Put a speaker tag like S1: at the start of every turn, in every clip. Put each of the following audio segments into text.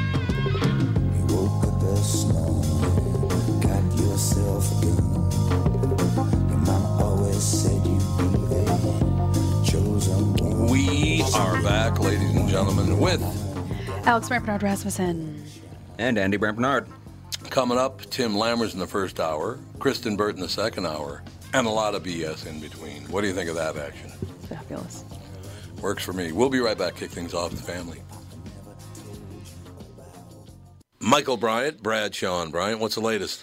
S1: You woke up the snow, got yourself done. Your mama always said you'd be the chosen one.
S2: We are back, ladies and gentlemen, with
S3: Alex Bernard Rasmussen.
S4: And Andy Brant Bernard.
S2: coming up Tim Lammers in the first hour, Kristen Burt in the second hour, and a lot of BS in between. What do you think of that action?
S3: Fabulous.
S2: Works for me. We'll be right back. Kick things off with the family. Michael Bryant, Brad Sean Bryant, what's the latest?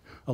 S5: A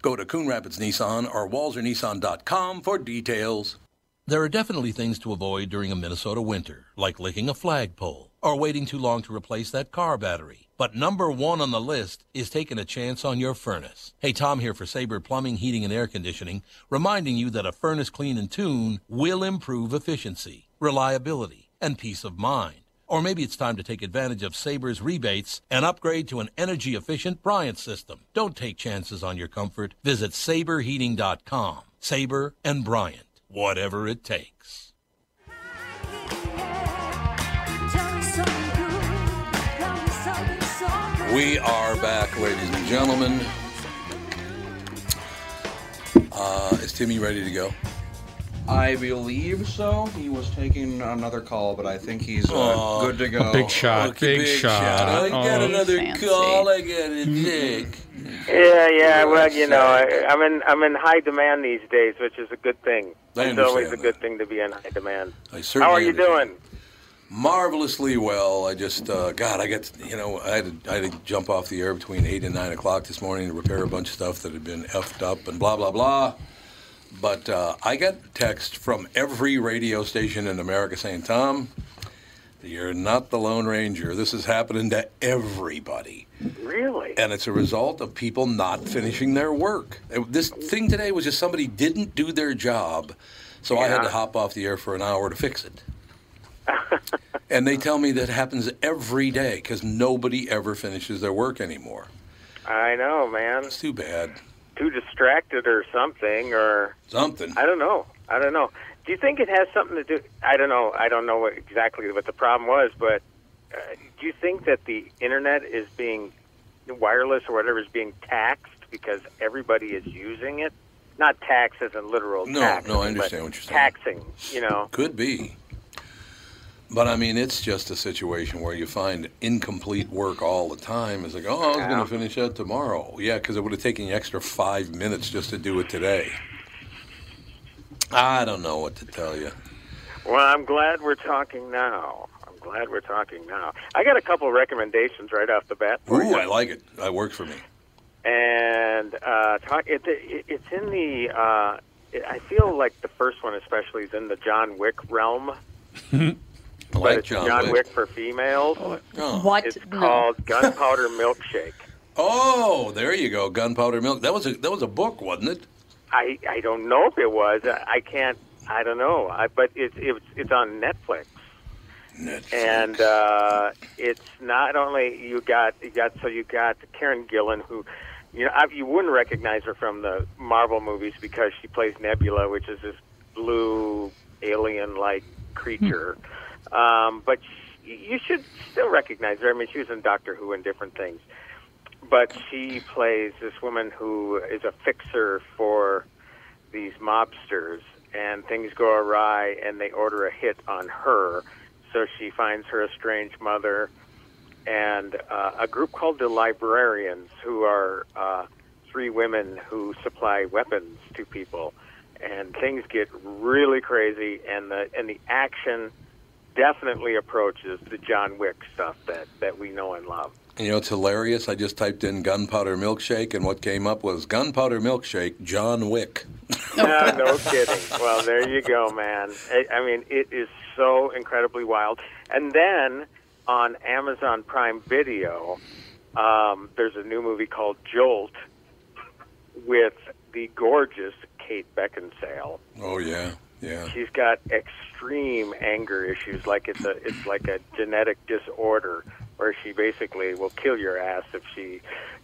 S2: Go to Coon Rapids Nissan or WalzerNissan.com for details. There are definitely things to avoid during a Minnesota winter, like licking a flagpole or waiting too long to replace that car battery. But number one on the list is taking a chance on your furnace. Hey, Tom here for Sabre Plumbing, Heating, and Air Conditioning, reminding you that a furnace clean and tune will improve efficiency, reliability, and peace of mind. Or maybe it's time to take advantage of Sabre's rebates and upgrade to an energy efficient Bryant system. Don't take chances on your comfort. Visit saberheating.com. Sabre and Bryant, whatever it takes. We are back, ladies and gentlemen. Uh, is Timmy ready to go?
S4: I believe so. He was taking another call, but I think he's uh, good to go.
S6: Big shot. big, shot.
S2: I got
S6: Oh,
S2: another
S3: Fancy.
S2: call. I got a dick.
S7: Yeah, yeah. Well, you know,
S2: Exactly.
S7: I, I'm in I'm in high demand these days, which is a good thing.
S2: I
S7: it's always a
S2: understand
S7: good
S2: that.
S7: thing to be in high demand.
S2: I certainly
S7: How are you
S2: understand.
S7: doing?
S2: marvelously well. I just, uh, God, I got, you know, I had, to, I had to jump off the air between 8 and 9 o'clock this morning to repair a bunch of stuff that had been effed up and blah, blah, blah. But uh, I got text from every radio station in America saying, Tom, You're not the Lone Ranger. This is happening to everybody.
S7: Really?
S2: And it's a result of people not finishing their work. It- This thing today was just somebody didn't do their job, so I had to
S7: Yeah.
S2: hop off the air for an hour to fix it. and they tell me that happens every day because nobody ever finishes their work anymore.
S7: I know, man.
S2: It's too bad.
S7: Too distracted or something, or
S2: Something.
S7: I don't know. I don't know. Do you think it has something to do? I don't know. I don't know what, exactly what the problem was, but uh, do you think that the internet is being the wireless or whatever is being taxed because everybody is using it? Not tax as in literal
S2: No,
S7: tax.
S2: no, I
S7: but
S2: understand what you're saying.
S7: Taxing, you know.
S2: Could be. But I mean, it's just a situation where you find incomplete work all the time. It's like, oh, I was going
S7: Yeah.
S2: to finish that tomorrow. Yeah, because it would have taken you extra five minutes just to do it today. I don't know what to tell you.
S7: Well, I'm glad we're talking now. I'm glad we're talking now. I got a couple of recommendations right off the bat. for
S2: Ooh,
S7: you.
S2: I like it. That works for me.
S7: and uh, talk, it, it, it's in the. Uh, it, I feel like the first one, especially, is in the John Wick realm,
S2: I
S7: but
S2: like
S7: it's
S2: John,
S7: John Wick. for females.
S2: Oh.
S6: What?
S7: It's
S6: No.
S7: called Gunpowder Milkshake.
S2: Oh, there you go. Gunpowder Milk. That was a that was a book, wasn't it?
S7: I I don't know if it was. I, I can't. I don't know. I, but it's it's it's on Netflix.
S2: Netflix.
S7: and uh, it's not only you got you got so you got Karen Gillan who you know I, you wouldn't recognize her from the Marvel movies because she plays Nebula, which is this blue alien-like creature. Um, but she, you should still recognize her. I mean, she was in Doctor Who and different things. But she plays this woman who is a fixer for these mobsters and things go awry and they order a hit on her so she finds her estranged mother and uh, a group called the librarians who are uh, three women who supply weapons to people and things get really crazy and the and the action definitely approaches the John Wick stuff that that we know and love
S2: And you know, it's hilarious. I just typed in Gunpowder Milkshake, and what came up was Gunpowder Milkshake, John Wick.
S7: no, no kidding. Well, there you go, man. I, I mean, it is so incredibly wild. And then on Amazon Prime Video, um, there's a new movie called Jolt with the gorgeous Kate Beckinsale.
S2: Oh, yeah. Yeah.
S7: She's got extreme anger issues, like it's a it's like a genetic disorder, where she basically will kill your ass if she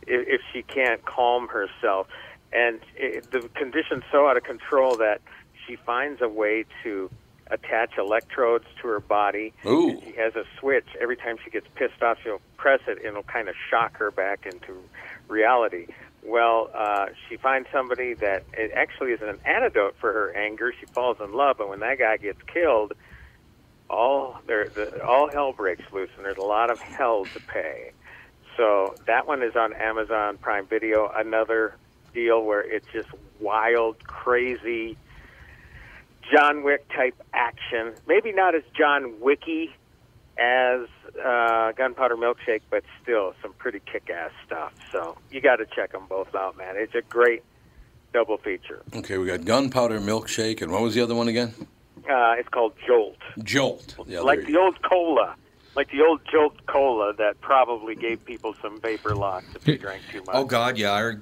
S7: if, if she can't calm herself, and it, the condition's so out of control that she finds a way to attach electrodes to her body.
S2: Ooh.
S7: And she has a switch. Every time she gets pissed off, she'll press it, and it'll kind of shock her back into reality. Well, uh, she finds somebody that it actually is an antidote for her anger. She falls in love, and when that guy gets killed, all there, the, all hell breaks loose, and there's a lot of hell to pay. So that one is on Amazon Prime Video. Another deal where it's just wild, crazy John Wick type action. Maybe not as John Wicky as uh, Gunpowder Milkshake, but still some pretty kick-ass stuff. So you got to check them both out, man. It's a great double feature.
S2: Okay, we got Gunpowder Milkshake, and what was the other one again?
S7: Uh, it's called Jolt,
S2: Jolt. Yeah,
S7: like
S2: there
S7: the old cola. Like the old Jolt cola that probably gave people some vapor locks if they drank too much.
S4: Oh God, yeah. I,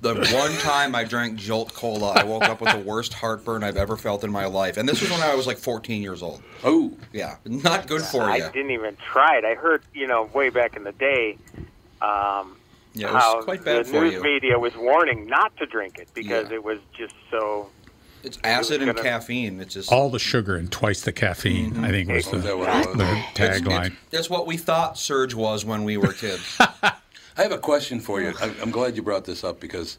S4: the one time I drank Jolt Cola, I woke up with the worst heartburn I've ever felt in my life, and this was when I was like 14 years old.
S2: Oh,
S4: Yeah, not good for
S7: I
S4: you.
S7: didn't even try it. I heard, you know, way back in the day, um,
S4: Yeah, it
S7: how
S4: was quite bad
S7: the
S4: for
S7: news
S4: you.
S7: media was warning not to drink it because
S4: Yeah.
S7: it was just so.
S4: It's acid and
S7: gonna-
S4: caffeine. It's just
S8: All the sugar and twice the caffeine, I think was
S2: Mm-hmm. is that
S8: the,
S2: what it was?
S8: the
S4: it's- it's-
S8: tagline.
S4: That's what we thought Surge was when we were kids.
S2: I have a question for you. I- I'm glad you brought this up because,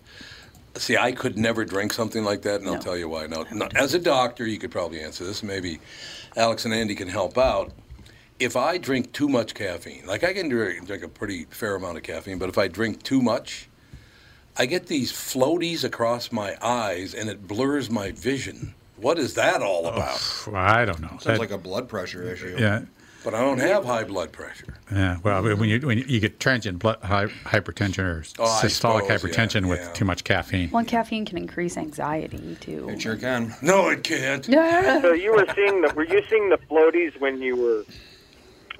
S2: see, I could never drink something like that, and I'll tell you why. Now, now, as a doctor, you could probably answer this. Maybe Alex and Andy can help out. If I drink too much caffeine, like I can drink, drink a pretty fair amount of caffeine, but if I drink too much, I get these floaties across my eyes and it blurs my vision. What is that all about?
S8: Well, I don't know.
S4: Sounds
S8: That-
S4: like a blood pressure issue.
S8: yeah,
S2: But I don't have high blood pressure.
S8: yeah. Well, when you when you get transient blood hy- hypertension or
S2: Mm-hmm. Oh, I
S8: systolic
S2: suppose, yeah,
S8: hypertension with
S2: yeah.
S8: too much caffeine.
S3: Well, and caffeine can increase anxiety too.
S4: It sure can.
S2: No, it can't.
S3: Yeah.
S7: So you were seeing the were you seeing the floaties when you were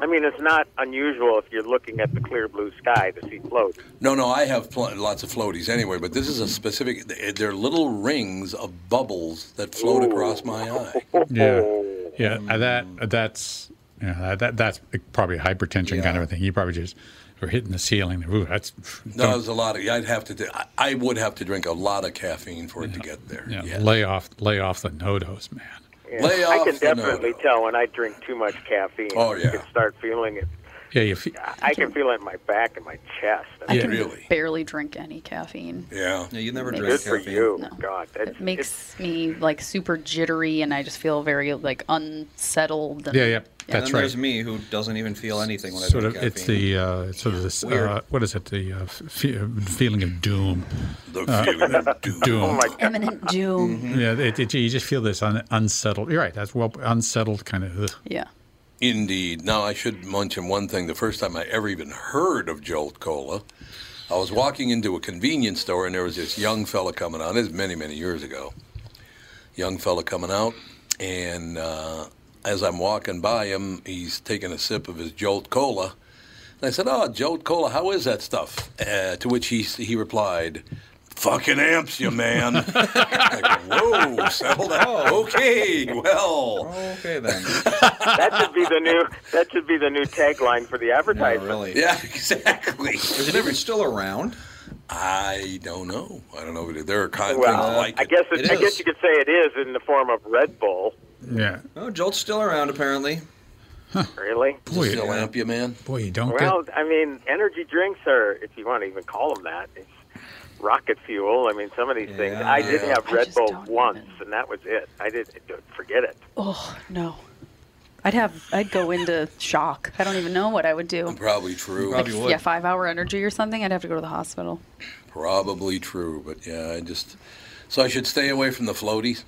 S7: I mean, it's not unusual if you're looking at the clear blue sky to see floats.
S2: No, no, I have pl- lots of floaties anyway, but this is a specific. They're little rings of bubbles that float across my eye.
S8: Yeah, yeah. uh, That
S2: Mm-hmm.
S8: uh, that's yeah, uh, that that's probably hypertension kind of a thing. You probably just were hitting the ceiling. Ooh, that's
S2: No, there's a lot of. I'd have to. do- I- I would have to drink a lot of caffeine for it to get there.
S8: yeah, Lay off, lay off the nodos, man.
S7: Yeah.
S2: Lay
S7: I
S2: off
S7: can
S2: the
S7: definitely tell when I drink too much caffeine.
S8: Oh, yeah.
S7: You can start feeling it.
S8: Yeah, you fe-
S7: I can feel it in my back and my chest.
S3: I can barely drink any caffeine.
S2: Yeah.
S4: Yeah, you never
S3: Good
S4: drink
S3: for
S4: caffeine.
S3: you.
S7: God,
S3: It makes me like super jittery, and I just feel very like unsettled. And,
S4: And
S8: that's
S4: then There's me who doesn't even feel anything when I
S8: Sort
S4: drink
S8: of,
S4: caffeine.
S8: it's the uh, it's sort of this.
S4: Weird.
S8: Uh, what is it? The uh, f- fe- feeling of doom. Uh,
S2: The
S3: feeling
S2: of
S8: doom.
S7: Oh
S3: Imminent doom.
S4: Mm-hmm.
S8: Yeah, it, it, you just feel this un, unsettled. You're right. That's well unsettled kind of. Ugh.
S3: Yeah.
S2: Indeed. Now, I should mention one thing. The first time I ever even heard of Jolt Cola, I was walking into a convenience store and there was this young fella coming out. This is many, many years ago. Young fella coming out, and uh, as I'm walking by him, he's taking a sip of his Jolt Cola. And I said, Oh, Jolt Cola, how is that stuff? Uh, to which he, he replied, Fucking amps you, man. like, Whoa, settle down.
S7: Oh,
S2: Okay, well.
S4: Okay, then.
S7: that should be the new. That should be the new tagline for the advertisement.
S2: Yeah, exactly. Is
S4: it even still around?
S2: I don't know. I don't know. There are kind of
S7: Well,
S2: things like
S7: I guess
S2: it.
S7: it, I guess you could say it is in the form of Red Bull.
S8: Yeah.
S4: Oh, Jolt's still around apparently.
S7: Really?
S8: Boy,
S2: still amp you, man.
S8: Boy, you don't
S7: Well, I mean, energy drinks are, if you want to even call them that, it's rocket fuel. I mean, some of these things. I did
S3: Yeah.
S7: have
S3: I
S7: Red
S3: just
S7: Bull
S3: don't
S7: once, and that was it. I did forget it.
S3: Oh no. I'd have. I'd go into shock. I don't even know what I would do.
S2: Probably true.
S3: Like, yeah, five hour energy or something. I'd have to go to the hospital.
S2: Probably true. But yeah, I just. So I should stay away from the floaties.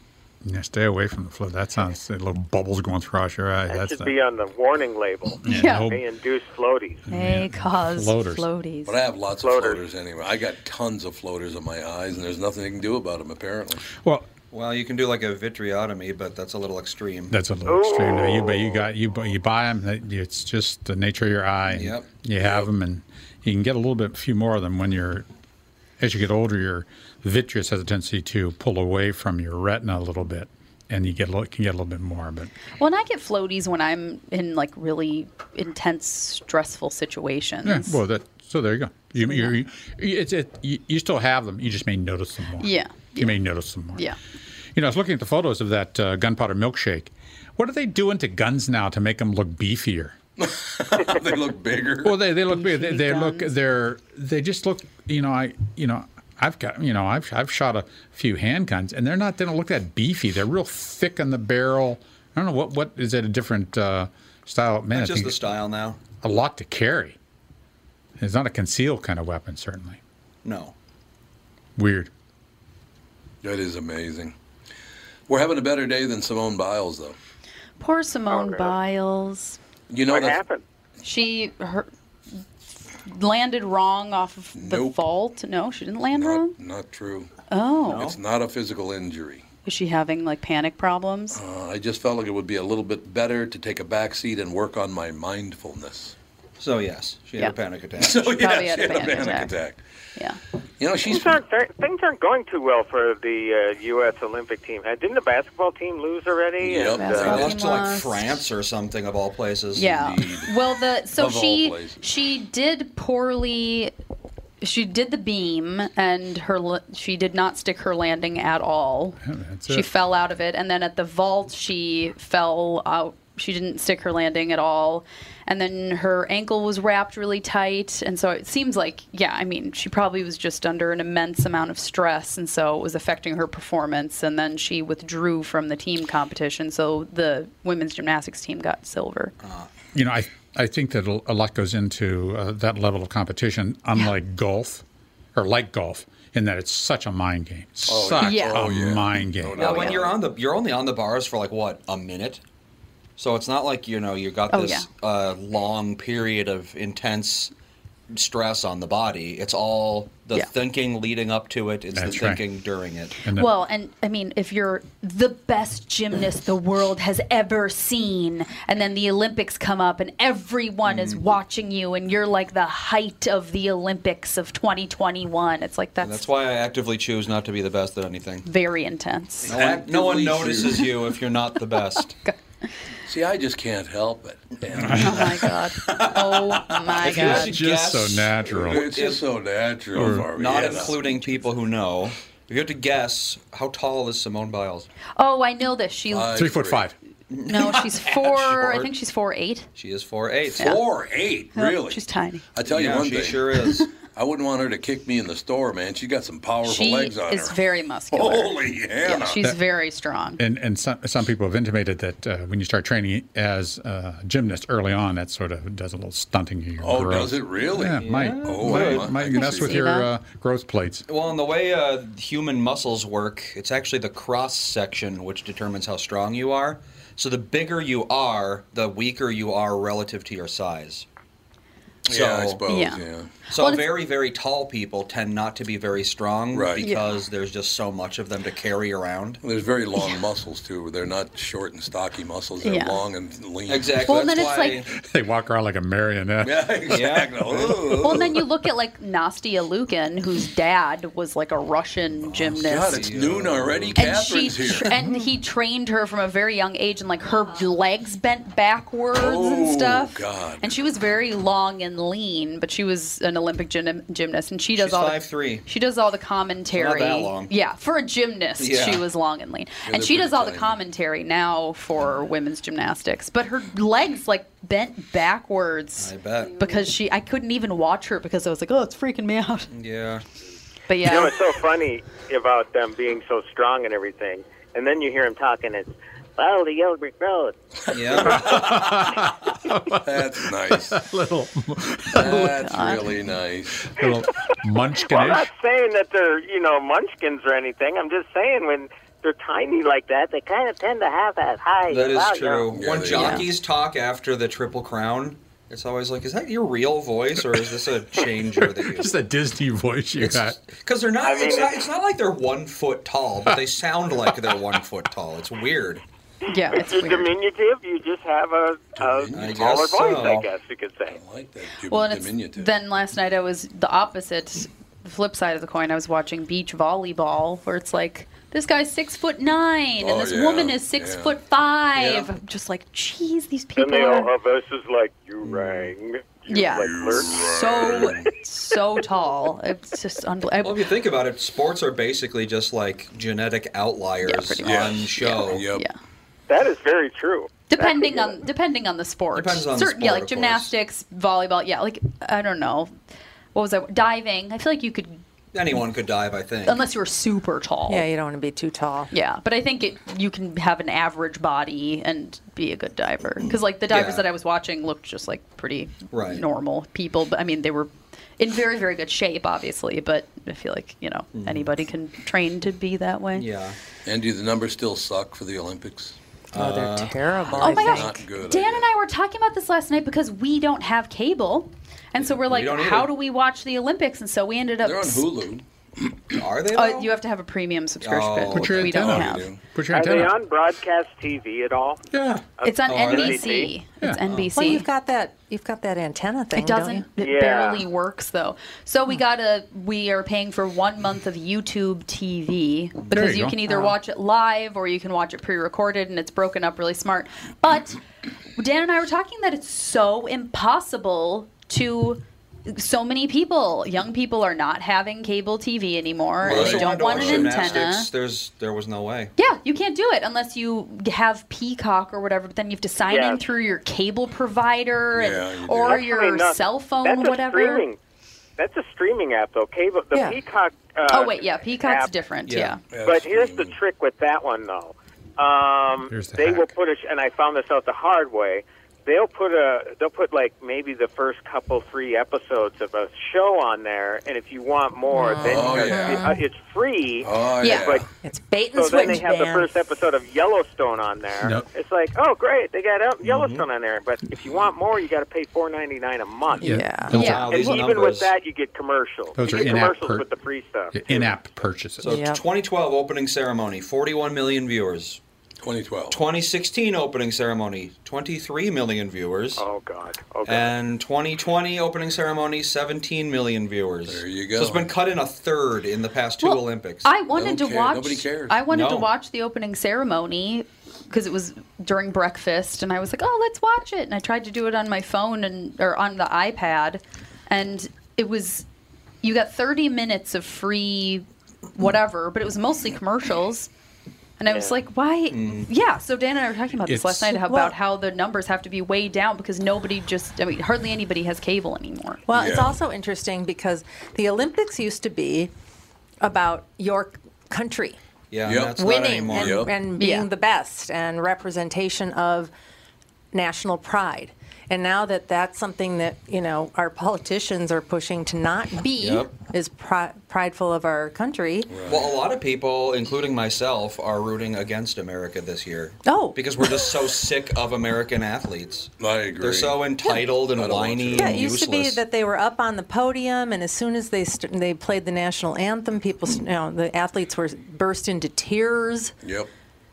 S8: get. Yeah, stay away from the flow. That sounds a little bubbles going across your eye.
S7: That
S8: That's
S7: should
S8: not-
S7: be on the warning label.
S8: Yeah. Yeah.
S7: They induce floaties.
S3: They cause
S8: Floaters.
S3: floaties.
S2: But I have lots of floaters anyway. I got tons of floaters in my eyes, and there's nothing they can do about them apparently.
S8: Well,
S4: well, you can do like a vitriotomy, but that's a little extreme.
S8: That's a little extreme. Though. You but you got you bu- you buy them. It's just the nature of your eye.
S4: Yep.
S8: You have them, and you can get a little bit, few more of them when you're as you get older. Your vitreous has a tendency to pull away from your retina a little bit, and you get a little, can get a little bit more. But
S3: Well, and I get floaties when I'm in like really intense, stressful situations.
S8: yeah, well, that so there you go. You you, you, it's, it, you you still have them. You just may notice them more.
S3: Yeah,
S8: You may notice them more.
S3: yeah.
S8: You know, I was looking at the photos of that uh, gunpowder milkshake. What are they doing to guns now to make them look beefier?
S2: they look bigger.
S8: Well, they, they look big. They, they look they're they just look. You know, I you know I've got you know I've I've shot a few handguns and they're not they don't look that beefy. They're real thick in the barrel. I don't know what what is it a different uh, style? Man,
S4: That's
S8: I
S4: just
S8: think
S4: the style now.
S8: a lot to carry. It's not a concealed kind of weapon, certainly.
S4: No.
S8: Weird.
S2: That is amazing. We're having a better day than Simone Biles, though.
S3: Poor Simone Biles.
S2: You know that's-
S3: She her, landed wrong off of the vault. No, she didn't land wrong.
S2: Not true.
S3: Oh. No?
S2: It's not a physical injury.
S3: Is she having like panic problems?
S2: Uh, I just felt like it would be a little bit better to take a back seat and work on my mindfulness.
S4: So yes, she
S3: had a Yeah.
S4: panic attack.
S2: So yes,
S3: She probably
S2: she
S3: had a panic attack. Yeah.
S2: You know, she's
S7: things aren't, th- things aren't going too well for the uh, U.S. Olympic team. Uh, Didn't the basketball team lose already?
S4: Yep,
S7: And,
S4: they
S7: uh,
S4: lost to like
S3: lost.
S4: France or something of all places.
S3: Yeah. Well, the so
S4: Of all
S3: she
S4: places.
S3: she did poorly. She did the beam, and her la- she did not stick her landing at all. she
S8: it.
S3: fell out of it, and then at the vault she fell out. She didn't stick her landing at all, and then her ankle was wrapped really tight, and so it seems like yeah, I mean she probably was just under an immense amount of stress, and so it was affecting her performance, and then she withdrew from the team competition, so the women's gymnastics team got silver.
S8: You know, I I think that a lot goes into uh, that level of competition, unlike golf, or like golf, in that it's such a mind game,
S4: Oh, yeah.
S8: such
S4: Yeah.
S8: a
S4: Oh, yeah.
S8: mind game.
S4: Now, when you're on the, you're only on the bars for like what a minute, so it's not like you know you got
S8: Oh,
S4: this uh, long period of intense stress on the body. It's all the
S3: Yeah.
S4: thinking leading up to it. It's
S8: That's
S4: the
S8: right.
S4: thinking during it.
S8: And then-
S3: Well, and I mean, if you're the best gymnast the world has ever seen, and then the Olympics come up and everyone is
S8: Mm.
S3: watching you, and you're like the height of the Olympics of 2021, it's like that's,
S4: And that's why I actively choose not to be the best at anything.
S3: very intense.
S4: No one, no one
S2: Actively
S4: notices
S2: choose.
S4: you if you're not the best.
S2: See, I just can't help it. And
S3: Oh my God. Oh my
S4: If you
S3: God.
S4: had to
S8: just so
S4: guess-
S8: natural.
S2: it's just so natural for me.
S4: Not
S2: you know.
S4: including people who know. If you had to guess, how tall is Simone Biles?
S3: Oh, I know this. She,
S2: Five,
S8: Three foot
S2: Uh, three.
S8: five.
S3: no, she's four, I
S4: short.
S3: think she's four, eight.
S4: She is 4'8".
S2: Four, eight, really?
S3: Oh, She's tiny.
S2: I tell you
S4: yeah,
S2: one
S4: she
S2: thing.
S4: sure is.
S2: I wouldn't want her to kick me in the store, man. She's got some powerful
S3: She
S2: legs on
S3: is
S2: her.
S3: very muscular.
S2: Holy Hannah.
S3: yeah, she's very strong.
S8: And and some some people have intimated that uh, when you start training as a gymnast early on, that sort of does a little stunting of your
S2: Oh,
S8: growth.
S2: does it really?
S8: Yeah, might
S2: Oh,
S8: might,
S2: I
S8: might
S2: can
S8: mess
S2: see
S8: with
S3: that.
S8: your uh, growth plates.
S4: Well, in the way uh, human muscles work, it's actually the cross section which determines how strong you are. So the bigger you are, the weaker you are relative to your size. So,
S2: yeah, I suppose.
S3: Yeah.
S2: Yeah.
S4: So
S3: Well, it's-
S4: very, very tall people tend not to be very strong
S2: Right. Yeah.
S4: because there's just so much of them to carry around.
S2: There's very long muscles too. They're not short and stocky muscles. They're
S3: Yeah.
S2: long and lean.
S4: Exactly.
S3: Well,
S4: that's
S3: then it's
S4: why
S3: like-
S8: They walk around like a marionette.
S2: Yeah, exactly. Oh, Ooh.
S3: Well, and then you look at like Nastia Lukin, whose dad was like a Russian
S2: Oh, God,
S3: gymnast.
S2: it's noon already.
S3: and
S2: Catherine's
S3: she
S2: here.
S3: tra- and he trained her from a very young age, and like her legs bent backwards
S2: Oh,
S3: and stuff.
S2: God.
S3: And she was very long and lean, but she was an Olympic gym- gymnast, and she does
S4: She's
S3: all the,
S4: 5'3".
S3: She does all the commentary.
S4: Not that long.
S3: Yeah, for a gymnast,
S4: Yeah.
S3: she was long and lean, and
S2: they're
S3: she does
S2: pretty
S3: all the
S2: tiny.
S3: commentary now for women's gymnastics. But her legs like bent backwards.
S4: I bet.
S3: Because she, I couldn't even watch her because I was like, oh, it's freaking me out.
S4: Yeah.
S3: But yeah,
S7: You know, it's so funny about them being so strong and everything, and then you hear them talking. It's follow the yellow brick road.
S4: Yeah.
S2: That's nice.
S8: little,
S3: Oh,
S2: That's really nice.
S8: little
S7: Well, I'm not
S8: munchkinish.
S7: saying that they're you know munchkins or anything. I'm just saying when they're tiny like that, they kind of tend to have that high.
S4: That is
S7: wow,
S4: true.
S2: Yeah,
S4: when
S2: they-
S4: jockeys talk after the Triple Crown, it's always like, is that your real voice or is this a changer that you
S8: Just the Disney voice you got.
S4: Because they're not,
S7: I mean,
S4: it's not.
S7: it-
S4: It's not like they're one foot tall, but they sound like they're one foot tall. It's weird.
S3: yeah, it's
S7: You're
S3: weird.
S7: diminutive. You just have a, a
S4: I
S7: smaller
S4: guess
S7: voice,
S4: so.
S7: I guess you could say.
S2: I like that. Give
S3: Well,
S2: well,
S3: and it's,
S2: diminutive.
S3: then last night I was the opposite, the flip side of the coin. I was watching beach volleyball, where it's like this guy's six foot nine
S2: Oh,
S3: and this
S2: yeah,
S3: woman is six
S2: yeah.
S3: foot five.
S4: Yeah.
S3: I'm just like, geez, these
S7: And
S3: people
S7: they all
S3: are
S7: have us is like you
S4: Mm.
S7: rang.
S3: yeah,
S7: Like lurch.
S3: so so tall. It's just
S4: Well,
S3: unbelievable.
S4: if you think about it, sports are basically just like genetic outliers
S3: pretty
S2: much.
S4: on show.
S2: yep.
S3: Yeah.
S7: That is very true.
S3: Depending on depending on the sport.
S4: Depends on the
S3: Certain, yeah,
S4: sport,
S3: like
S4: of course.
S3: gymnastics, volleyball. Yeah, like I don't know, what was I diving? I feel like you could
S4: Anyone could dive, I think.
S3: unless you were super tall.
S6: Yeah, you don't want to be too tall.
S3: Yeah, but I think it, you can have an average body and be a good diver. Because like the divers
S4: Yeah.
S3: that I was watching looked just like pretty
S4: Right.
S3: normal people. But I mean, they were in very very good shape, obviously. But I feel like you know
S4: Mm.
S3: anybody can train to be that way.
S4: yeah. Uh,
S2: And do the numbers still suck for the Olympics?
S6: Oh, they're terrible.
S3: Oh my
S6: I
S3: gosh,
S6: think.
S2: Not good, I
S3: Dan and
S2: guess.
S3: I were talking about this last night because we don't have cable. And so we're like,
S4: don't
S3: how
S4: either.
S3: do we watch the Olympics? And so we ended up.
S2: They're on Hulu.
S4: Are they?
S3: Uh,
S4: though?
S3: you have to have a premium subscription,
S4: Oh,
S3: which
S8: Put your
S3: we don't
S8: antenna.
S3: have.
S2: You do.
S8: Put your
S7: Are they
S8: antenna.
S7: on broadcast TV at all?
S8: Yeah.
S3: It's on
S4: Oh, are they?
S3: NBC. It's NBC.
S6: Well, you've got that. You've got that antenna thing.
S3: It
S6: Don't you?
S3: doesn't. It
S7: Yeah.
S3: barely works though. So we gotta. We are paying for one month of YouTube TV because
S8: you
S3: you,
S8: go.
S3: can either watch it live or you can watch it pre-recorded, and it's broken up really smart. But Dan and I were talking that it's so impossible to. So many people, young people, are not having cable TV anymore.
S4: Well,
S3: they
S4: if you wanted
S3: don't
S4: to
S3: want
S4: watch
S3: an
S4: gymnastics,
S3: antenna.
S4: There's, there was no way.
S3: Yeah, you can't do it unless you have Peacock or whatever. But then you have to sign
S7: Yeah.
S3: in through your cable provider and-
S2: Yeah, you do.
S3: or
S2: That's
S3: your
S7: Actually, no,
S3: cell phone,
S7: that's a
S3: whatever.
S7: Streaming, that's a streaming app, though. Cable, the
S6: Yeah.
S7: Peacock. Uh,
S3: Oh wait, yeah, Peacock's
S7: app-
S3: different.
S4: Yeah.
S3: Yeah.
S7: But here's the
S2: Absolutely.
S7: trick with that one, though. Um,
S8: Here's the
S7: they will
S8: hack.
S7: put a, sh- and I found this out the hard way. they'll put a they'll put like maybe the first couple three episodes of a show on there, and if you want more, then
S6: Oh,
S7: you gotta-
S6: yeah.
S7: it- uh, it's free.
S6: Oh, Yeah.
S7: but
S6: It's bait and
S7: so then they
S6: switch,
S7: have the
S6: man.
S7: first episode of Yellowstone on there.
S6: Nope.
S7: It's like, oh great, they got out Yellowstone
S8: Mm-hmm.
S7: on there, but if you want more, you got to pay four ninety nine a month.
S8: Yeah. Yeah. Those are-
S7: and
S8: these
S7: even
S8: numbers-
S7: with that, you get commercials.
S8: Those
S7: you
S8: are
S7: get
S8: in-app
S7: commercials
S8: per-
S7: with the free stuff.
S8: In-app purchases.
S4: So 2012 opening ceremony, 41 million viewers.
S2: 2012.
S4: 2016 opening ceremony, 23 million viewers. Oh
S7: God. Okay.
S4: And 2020 opening ceremony, 17 million viewers. There you
S2: go.
S4: So it's been cut in a third in the past two
S3: Well,
S4: Olympics.
S3: I wanted to watch. I wanted to
S4: No.
S3: watch the opening ceremony because it was during breakfast, and I was like, "Oh, let's watch it." And I tried to do it on my phone and or on the iPad, and it was you got 30 minutes of free whatever, but it was mostly commercials. And I was
S9: Yeah.
S3: like, why? Yeah. So Dan and I were talking about this
S6: Mm.
S3: last
S6: It's-
S3: night about
S6: Well-
S3: how the numbers have to be way down because nobody just, I mean, hardly anybody has cable anymore.
S6: Well, it's also interesting because the Olympics used to be about your country.
S4: Yeah,
S2: Yep.
S4: that's not
S6: winning
S4: anymore.
S6: and, and being the best and representation of national pride. And now that that's something that you know our politicians are pushing to not
S3: E
S6: be
S4: Yep.
S6: is pri- prideful of our country.
S4: Well, a lot of people, including myself, are rooting against America this year.
S6: Oh.
S4: Because we're just so sick of American athletes.
S2: I agree.
S4: They're so entitled and whiny
S6: Yeah,
S4: and
S6: it used
S4: useless.
S6: to be that they were up on the podium, and as soon as they st- they played the national anthem, people, st- you know, the athletes were burst into tears.
S2: Yep.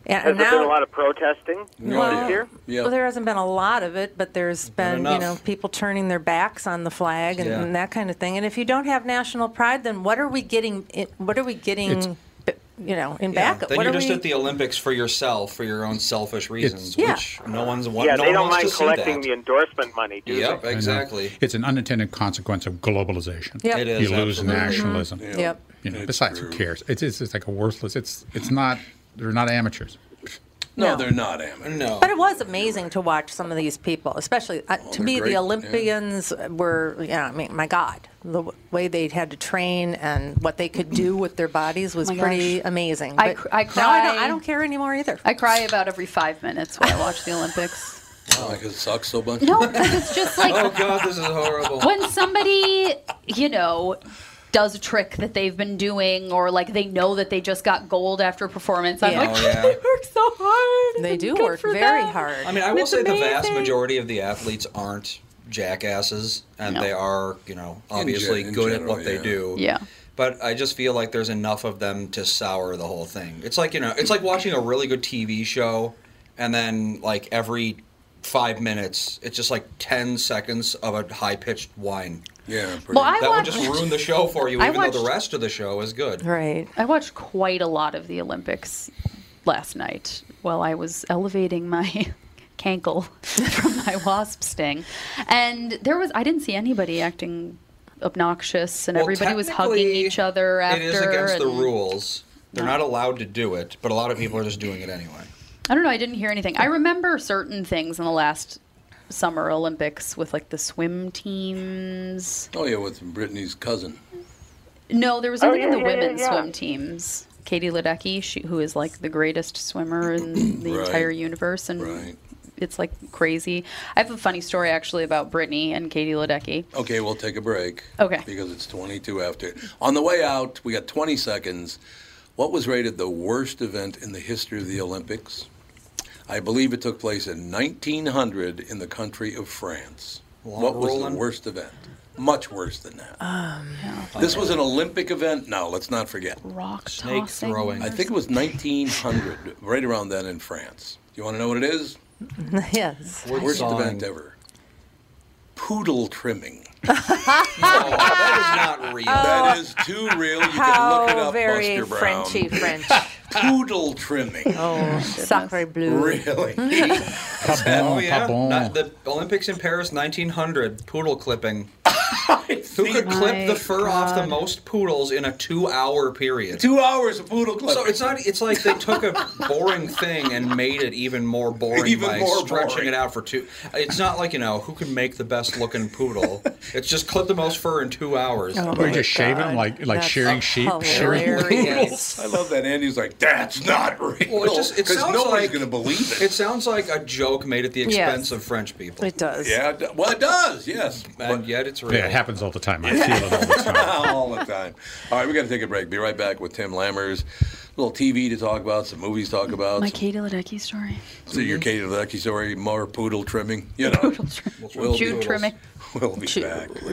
S6: And,
S7: Has
S6: and
S7: there been
S6: now,
S7: a lot of protesting
S6: Well,
S7: this year?
S6: well, there hasn't been a lot of it, but there's been you
S7: enough.
S6: know people turning their backs on the flag and,
S7: Yeah.
S6: and that kind of thing. And if you don't have national pride, then what are we getting? It, what are we getting?
S4: It's-
S6: b- you know, in
S4: Yeah,
S6: backup.
S4: Then
S6: what
S4: you're
S6: are
S4: just
S6: we?
S4: at the Olympics for yourself, for your own selfish reasons,
S6: Yeah.
S4: which no one's wa-
S7: yeah,
S4: no
S7: they
S4: one
S7: don't
S4: wants
S7: mind
S4: to see
S7: collecting
S4: that.
S7: the endorsement money, do
S4: Yep,
S7: they?
S4: exactly.
S8: It's an unintended consequence of globalization.
S7: Yep. It is,
S8: you lose
S7: absolutely.
S8: nationalism.
S7: Mhm. Yep.
S8: You know, besides, who cares? It's, it's it's like a worthless. It's it's not. They're not amateurs.
S2: No, they're not amateurs.
S4: No.
S6: But it was amazing to watch some of these people, especially uh, to
S2: Oh, they're
S6: me.
S2: great,
S6: The
S2: yeah.
S6: Olympians were, yeah, I mean, my God, the w- way they had to train and what they could do with their bodies was
S3: Oh My gosh.
S6: pretty amazing.
S3: I,
S6: But
S3: cr- I
S6: now
S3: cry.
S6: I don't, I don't care anymore either.
S3: I cry about every five minutes when I watch the Olympics.
S2: Oh, like it sucks so much.
S3: No, because it's just like
S4: oh god, this is horrible.
S3: when somebody, you know, does a trick that they've been doing, or like they know that they just got gold after a performance. I'm
S4: Yeah.
S3: like,
S4: Oh, yeah.
S3: they work so hard.
S6: They
S3: and
S6: do
S3: good
S6: work
S3: for
S6: very
S3: them."
S6: hard.
S4: I mean, I will
S3: It's
S4: say the vast
S3: amazing.
S4: majority of the athletes aren't jackasses, and
S3: No.
S4: they are, you know,
S3: In
S4: obviously
S3: gen- in
S4: good at
S3: general,
S4: what they
S3: yeah.
S4: do.
S3: Yeah.
S4: But I just feel like there's enough of them to sour the whole thing. It's like you know, it's like watching a really good TV show, and then like every five minutes, it's just like ten seconds of a high pitched whine.
S2: Yeah,
S3: Well, I
S4: that
S3: watched-
S4: would just ruin the show for you,
S3: I
S4: even though the
S3: watched-
S4: rest of the show is good.
S6: Right.
S3: I watched quite a lot of the Olympics last night while I was elevating my cankle from my wasp sting. And there was I didn't see anybody acting obnoxious and
S4: Well,
S3: everybody was hugging
S4: technically,
S3: each other after
S4: It is against the
S3: and-
S4: rules. They're not allowed to do it, but a lot of people are just doing it anyway.
S3: I don't know. I didn't hear anything. I remember certain things in the last summer Olympics with like the swim teams.
S2: Oh, yeah, with Brittany's cousin.
S3: No, there was
S2: Oh,
S3: something in
S2: yeah,
S3: the
S2: yeah, yeah,
S3: women's
S2: yeah.
S3: swim teams. Katie Ledecky, she, who is like the greatest swimmer in the
S2: Right.
S3: entire universe, and it's like crazy. I have a funny story actually about Brittany and Katie Ledecky.
S2: Okay, we'll take a break.
S3: Okay.
S2: Because it's 22 after. On the way out, we got 20 seconds. What was rated the worst event in the history of the Olympics? I believe it took place in 1900 in the country of France.
S4: Long
S2: what was
S4: rolling?
S2: the worst event? Much worse than that.
S6: Um,
S2: This was an Olympic event. Now, let's not forget.
S3: Rock Snake tossing throwing. or
S2: I think it was 1900, right around then in France. Do you want to know what it is?
S6: yes.
S2: Worst event ever. Poodle trimming. Oh,
S4: that is not real.
S2: that is too real. You
S6: Oh, How
S2: can look it up,
S6: very
S2: Buster Brown.
S6: Frenchy French.
S2: Poodle trimming.
S6: Oh, sacre bleu.
S2: Really?
S4: oh yeah,
S8: Pabon.
S4: Not- the Olympics in Paris 1900 poodle clipping. Who could clip the fur off the most poodles in a two-hour period?
S2: Two hours of poodle clip.
S4: So it's not. It's like they took a boring thing and made it even more boring
S2: Even
S4: by
S2: more
S4: stretching
S2: boring.
S4: it out for two. It's not like you know who can make the best-looking poodle. it's just clip the most fur in two hours.
S8: Oh Or you my just shave it, God. like- like That's shearing sheep, shearing hilarious.
S2: I love that. Andy's like, that's not real.
S4: Well, it just it
S2: 'Cause
S4: sounds
S2: nobody's
S4: like
S2: gonna believe it.
S4: It sounds like a joke made at the
S2: Yes.
S4: expense of French people.
S2: It does. Yeah, it do- well, it does, yes.
S4: And yet it's real.
S8: Yeah, it happens all the time. I feel it all the time.
S2: all the time. All right, we got to take a break. Be right back with Tim Lammers. A little TV to talk about, some movies to talk about.
S3: My Katie Ledecky story.
S2: so
S6: Mm-hmm.
S2: your Katie Ledecky story, more poodle trimming. You know, poodle trimming. We'll
S3: Jude
S2: be,
S3: trimming.
S2: We'll be back. uh,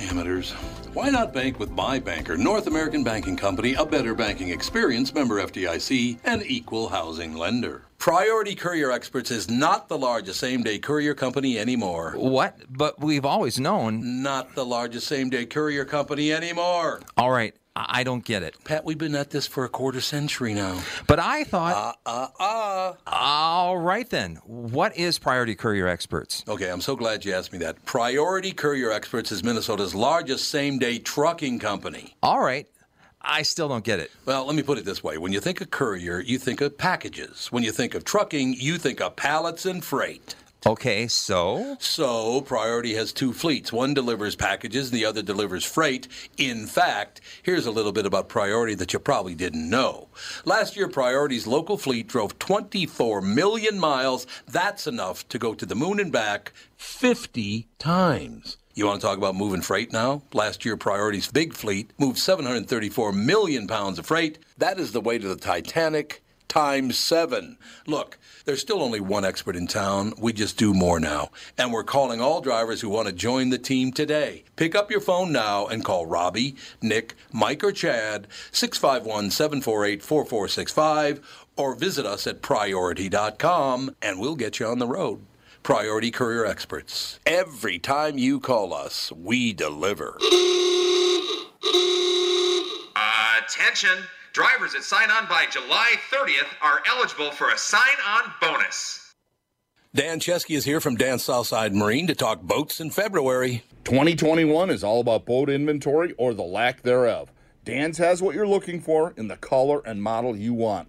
S2: Amateurs. Why not bank with my banker, North American Banking Company, a better banking experience, member FDIC, and equal housing lender? Priority Courier Experts is not the largest same day courier company anymore.
S10: What? But we've always known.
S2: Not the largest same day courier company anymore.
S10: All right, I I don't get it.
S2: Pat, we've been at this for a quarter century now.
S10: But I thought. Uh, uh, uh. All right then. What is Priority Courier Experts?
S2: Okay, I'm so glad you asked me that. Priority Courier Experts is Minnesota's largest same day trucking company.
S10: All right. I still don't get it.
S2: Well, let me put it this way. When you think of courier, you think of packages. When you think of trucking, you think of pallets and freight.
S10: Okay, so?
S2: So, Priority has two fleets. One delivers packages, the other delivers freight. In fact, here's a little bit about Priority that you probably didn't know. Last year, Priority's local fleet drove 24 million miles. That's enough to go to the moon and back 50 times. You want to talk about moving freight now? Last year, Priority's big fleet moved 734 million pounds of freight. That is the weight of the Titanic times seven. Look, there's still only one expert in town. We just do more now. And we're calling all drivers who want to join the team today. Pick up your phone now and call Robbie, Nick, Mike, or Chad, 651 748 4465, or visit us at priority.com and we'll get you on the road. Priority Courier Experts. Every time you call us, we deliver.
S11: Attention! Drivers that sign on by July 30th are eligible for a sign on bonus.
S2: Dan Chesky is here from Dan Southside Marine to talk boats in February.
S12: 2021 is all about boat inventory or the lack thereof. Dan's has what you're looking for in the color and model you want.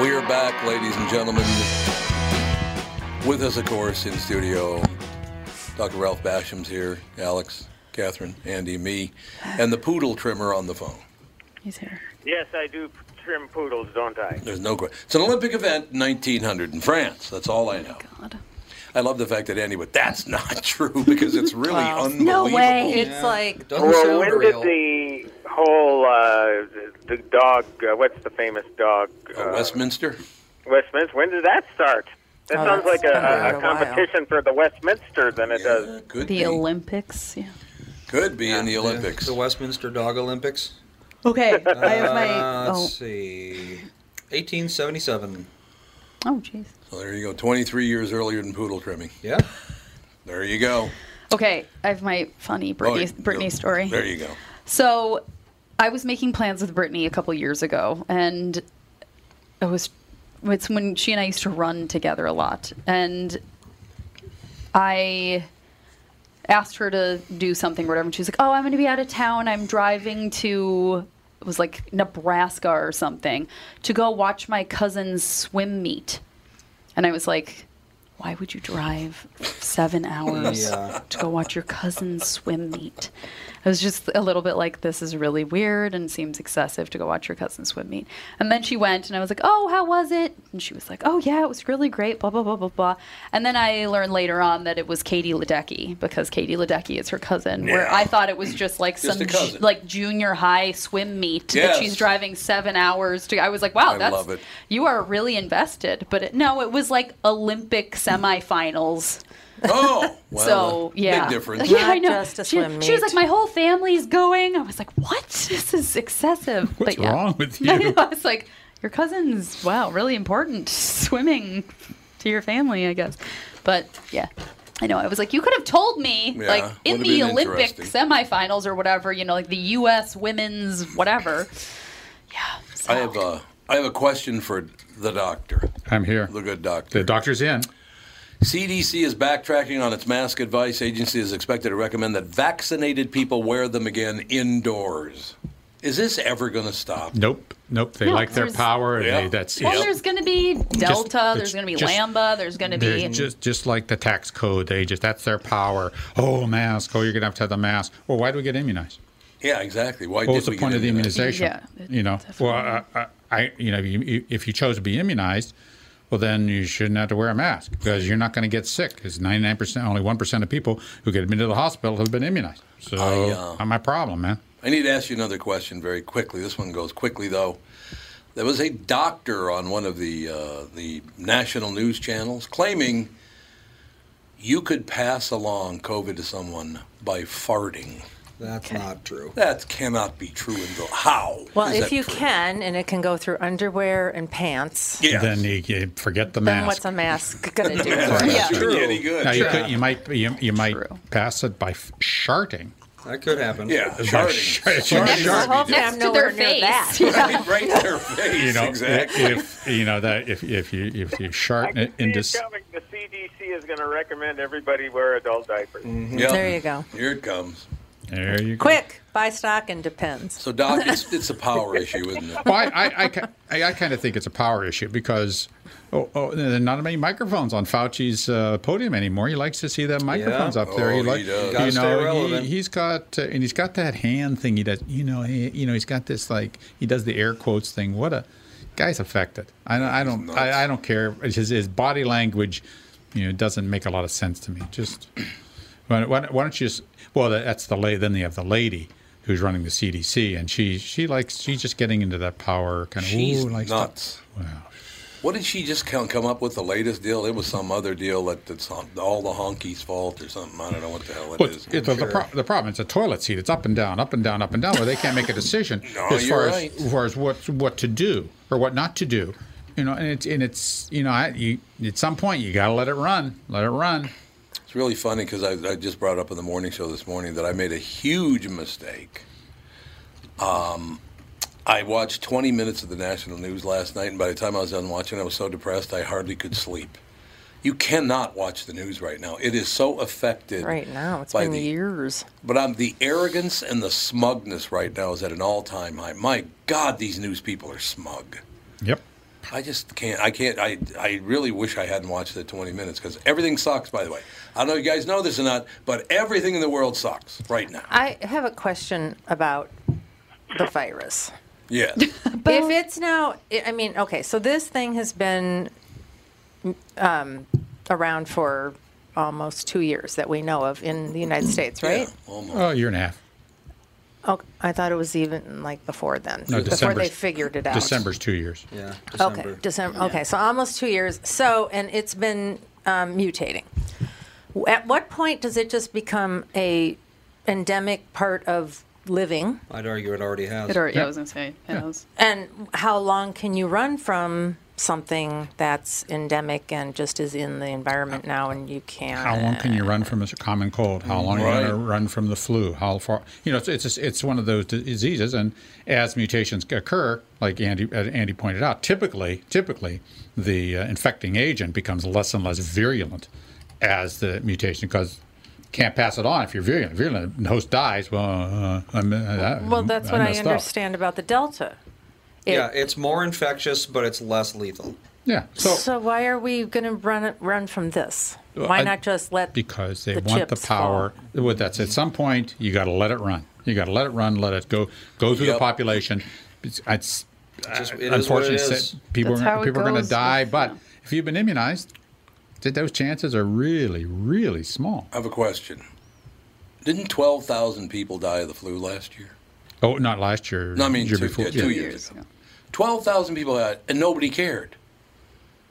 S2: We're back, ladies and gentlemen. With us, of course, in studio, Dr. Ralph Basham's here, Alex, Catherine, Andy, me, and the poodle trimmer on the phone.
S3: He's here.
S7: Yes, I do trim poodles, don't I?
S2: There's no question. It's an Olympic event, 1900 in France. That's all I know. I love the fact that Andy, but that's not true because it's really unbelievable.
S6: It's like
S7: well, when did the whole uh, the dog? Uh, what's the famous dog? Uh,
S2: Oh, Westminster.
S7: Westminster. When did that start? That
S3: Oh,
S7: sounds
S3: that's
S7: like a,
S3: kinda
S7: a, a
S3: wild.
S7: competition for the Westminster than it does.
S3: the Olympics. Yeah.
S2: Could be in the Olympics.
S4: The Westminster Dog Olympics.
S3: Okay, I have
S4: Uh,
S3: my.
S4: Let's
S3: Oh,
S4: see. 1877.
S3: oh, jeez.
S2: So there you go. 23 years earlier than poodle trimming.
S4: Yeah.
S2: There you go.
S3: Okay, I have my funny Britney,
S2: Oh,
S3: Britney story.
S2: There you go.
S3: So, I was making plans with Brittany a couple years ago, and it was it's when she and I used to run together a lot, and I asked her to do something or whatever, and she was like, "Oh, I'm going to be out of town. I'm driving to." It was like Nebraska or something to go watch my cousin's swim meet. And I was like, why would you drive seven hours
S1: Yeah.
S3: to go watch your cousin's swim meet? I was just a little bit like, this is really weird and seems excessive to go watch your cousin's swim meet. And then she went and I was like, oh, how was it? And she was like, oh, yeah, it was really great, blah, blah, blah, blah, blah. And then I learned later on that it was Katie Ledecky because Katie Ledecky is her cousin, where
S1: Yeah.
S3: I thought it was just like
S1: Just
S3: some
S1: a
S3: ju-
S1: cousin.
S3: like junior high swim meet
S1: Yes.
S3: that she's driving seven hours to. I was like, wow,
S1: I
S3: that's
S1: love it.
S3: you are really invested. But it, no, it was like Olympic semifinals.
S2: Oh, well,
S3: so
S2: big
S3: yeah,
S2: difference.
S3: Yeah,
S2: Not
S3: I know.
S2: just a
S3: she,
S2: swim
S3: she was
S2: meet.
S3: like, my whole family's going. I was like, what? This is excessive.
S8: What's
S3: but yeah.
S8: wrong with
S3: I,
S8: you?
S3: know, I was like, your cousin's wow, really important swimming to your family, I guess. But yeah. I know. I was like, you could have told me,
S1: Yeah,
S3: like in
S1: would've
S3: the
S1: been
S3: Olympic
S1: interesting.
S3: semifinals or whatever, you know, like the U.S. women's whatever.
S2: I have a I have a question for the doctor.
S8: I'm here.
S2: The good doctor.
S8: The doctor's in.
S2: CDC is backtracking on its mask advice. Agency is expected to recommend that vaccinated people wear them again indoors. Is this ever going to stop?
S8: Nope. Nope. They
S3: No,
S8: like their
S3: there's-
S8: power. And
S2: Yeah.
S8: they, that's
S3: Well, there's going to be Delta.
S8: it's
S3: there's going to be
S8: just-
S3: Lambda. There's going to be
S8: They're just just like the tax code. They just that's their power. Oh, mask. Oh, you're gonna have to have the mask. Well, why do we get immunized?
S2: Yeah, exactly. Why
S8: what
S2: did
S8: was the
S2: we
S8: point
S2: get
S8: of the
S2: into that?
S8: immunization? you know, well, I, I, I, you know, you, you, if you chose to be immunized, well, then you shouldn't have to wear a mask because you're not going to get sick. Because 99 percent, only one percent of people who get admitted to the hospital have been immunized. So,
S2: I, uh,
S8: not my problem, man.
S2: I need to ask you another question very quickly. This one goes quickly though. There was a doctor on one of the uh, the national news channels claiming you could pass along COVID to someone by farting.
S4: That's not true.
S2: That cannot be true. And the- how?
S6: Well,
S2: is
S6: if
S2: that
S6: you
S2: true?
S6: can, and it can go through underwear and pants,
S8: Then you, you forget the
S6: then
S8: mask.
S6: what's a mask going to do
S8: Yeah,
S6: for you?
S8: that's
S2: true. Any good.
S8: Now, you,
S2: True.
S8: could, you might you, you might pass it by f- sharting.
S4: That could happen.
S2: Yeah,
S8: By
S2: sharding.
S8: sharding.
S2: Next-
S6: Hopefully
S3: next
S6: I'm
S3: to their
S6: nowhere near
S3: face.
S6: that.
S2: Right, right in their face.
S8: You know,
S2: exactly.
S8: if you know that if, if you if you shart it
S7: See,
S8: into
S7: it's coming. The CDC is going to recommend everybody wear adult diapers.
S2: Yeah.
S6: There you go.
S2: Here it comes.
S8: There you
S6: Quick, buy stock and depends.
S2: So, Doc, it's, it's a power issue, isn't it?
S8: well, I, I, I, ki- I, I kind of think it's a power issue because oh, oh, there are not many microphones on Fauci's uh, podium anymore. He likes to see them microphones up there.
S2: Oh, he
S8: like,
S2: does.
S8: you
S2: Gotta stay
S8: know,
S2: relevant.
S8: he, has got uh, and he's got that hand thing. He does, you know, he, you know, he's got this like he does the air quotes thing. What a guy's affected. I don't, I don't, I, I don't care. It's his, his body language, you know, doesn't make a lot of sense to me. Just why, why, why don't you? Just, well, that's the lady. Then you have the lady who's running the CDC, and she she likes she's just getting into that power kind of.
S2: She's
S8: ooh, like stuff.
S2: nuts. What did she just come, come up with the latest deal? It was some other deal that, that's on, all the honkies' fault or something. I don't know what the hell it is.
S8: Well, it's, it's the, pro- the problem. It's a toilet seat. It's up and down, up and down, up and down, where they can't make a decision
S2: No,
S8: as
S2: you're
S8: far
S2: right.
S8: as, as far as what what to do or what not to do. You know, and it's and it's you know, I, you, at some point you got to let it run, let it run.
S2: It's really funny because I, I just brought up in the morning show this morning that I made a huge mistake. Um, I watched 20 minutes of the national news last night, and by the time I was done watching, I was so depressed I hardly could sleep. You cannot watch the news right now. It is so affected.
S6: Right now, it's
S2: by
S6: been
S2: the-
S6: years.
S2: But um, the arrogance and the smugness right now is at an all-time high. My God, these news people are smug.
S8: Yep.
S2: I just can't. I can't. I, I really wish I hadn't watched the 20 minutes because everything sucks, by the way. I don't know if you guys know this or not, but everything in the world sucks right now.
S6: I have a question about the virus.
S2: Yeah.
S6: if it's now, I- I mean, okay, so this thing has been um, around for almost two years that we know of in the United States, right?
S8: Oh, a year and a half.
S6: Okay, I thought it was even like before then.
S8: No,
S6: before
S8: December's-
S6: they figured it out.
S8: December's two years.
S4: Yeah.
S6: Okay, December. Okay, so almost two years. So, and it's been um, mutating. W- At what point does it just become a endemic part of living?
S4: I'd argue it already has.
S3: It already, I was going to say, yeah.
S6: And how long can you run from something that's endemic and just is in the environment now, and you can't?
S8: How long can you run from a common cold? How long are you
S4: Right.
S8: going to run from the flu? How far? You know, it's it's, it's one of those di- diseases, and as mutations occur, like Andy uh, Andy pointed out, typically typically the uh, infecting agent becomes less and less virulent as the mutation because can't pass it on if you're virulent. Virulent the host dies. Well, uh, I'm, uh,
S6: Well, that's what I,
S8: messed up.
S6: understand about the Delta. It-
S4: yeah, it's more infectious, but it's less lethal.
S8: Yeah.
S6: So, why are we going to run it- run from this?
S8: Well,
S6: Why
S8: I-
S6: not just let
S8: because they
S6: the
S8: want the
S6: chips
S8: power. Well, that's at some point you got to let it run. You got to let it run. Let it go go through the
S4: Yep.
S8: population. It's, it's
S4: Just-
S8: uh,
S4: it is what it
S8: unfortunately
S4: is.
S8: said people
S4: That's
S8: are,
S4: how it
S8: people are going
S4: goes
S8: to die. But if you've been immunized, th- those chances are really really small.
S2: I have a question. Didn't 12,000 people die of the flu last year?
S8: Oh, not last year.
S2: No, I mean,
S8: year
S2: two,
S8: before.
S2: yeah, two years ago. 12,000 people died, and nobody cared.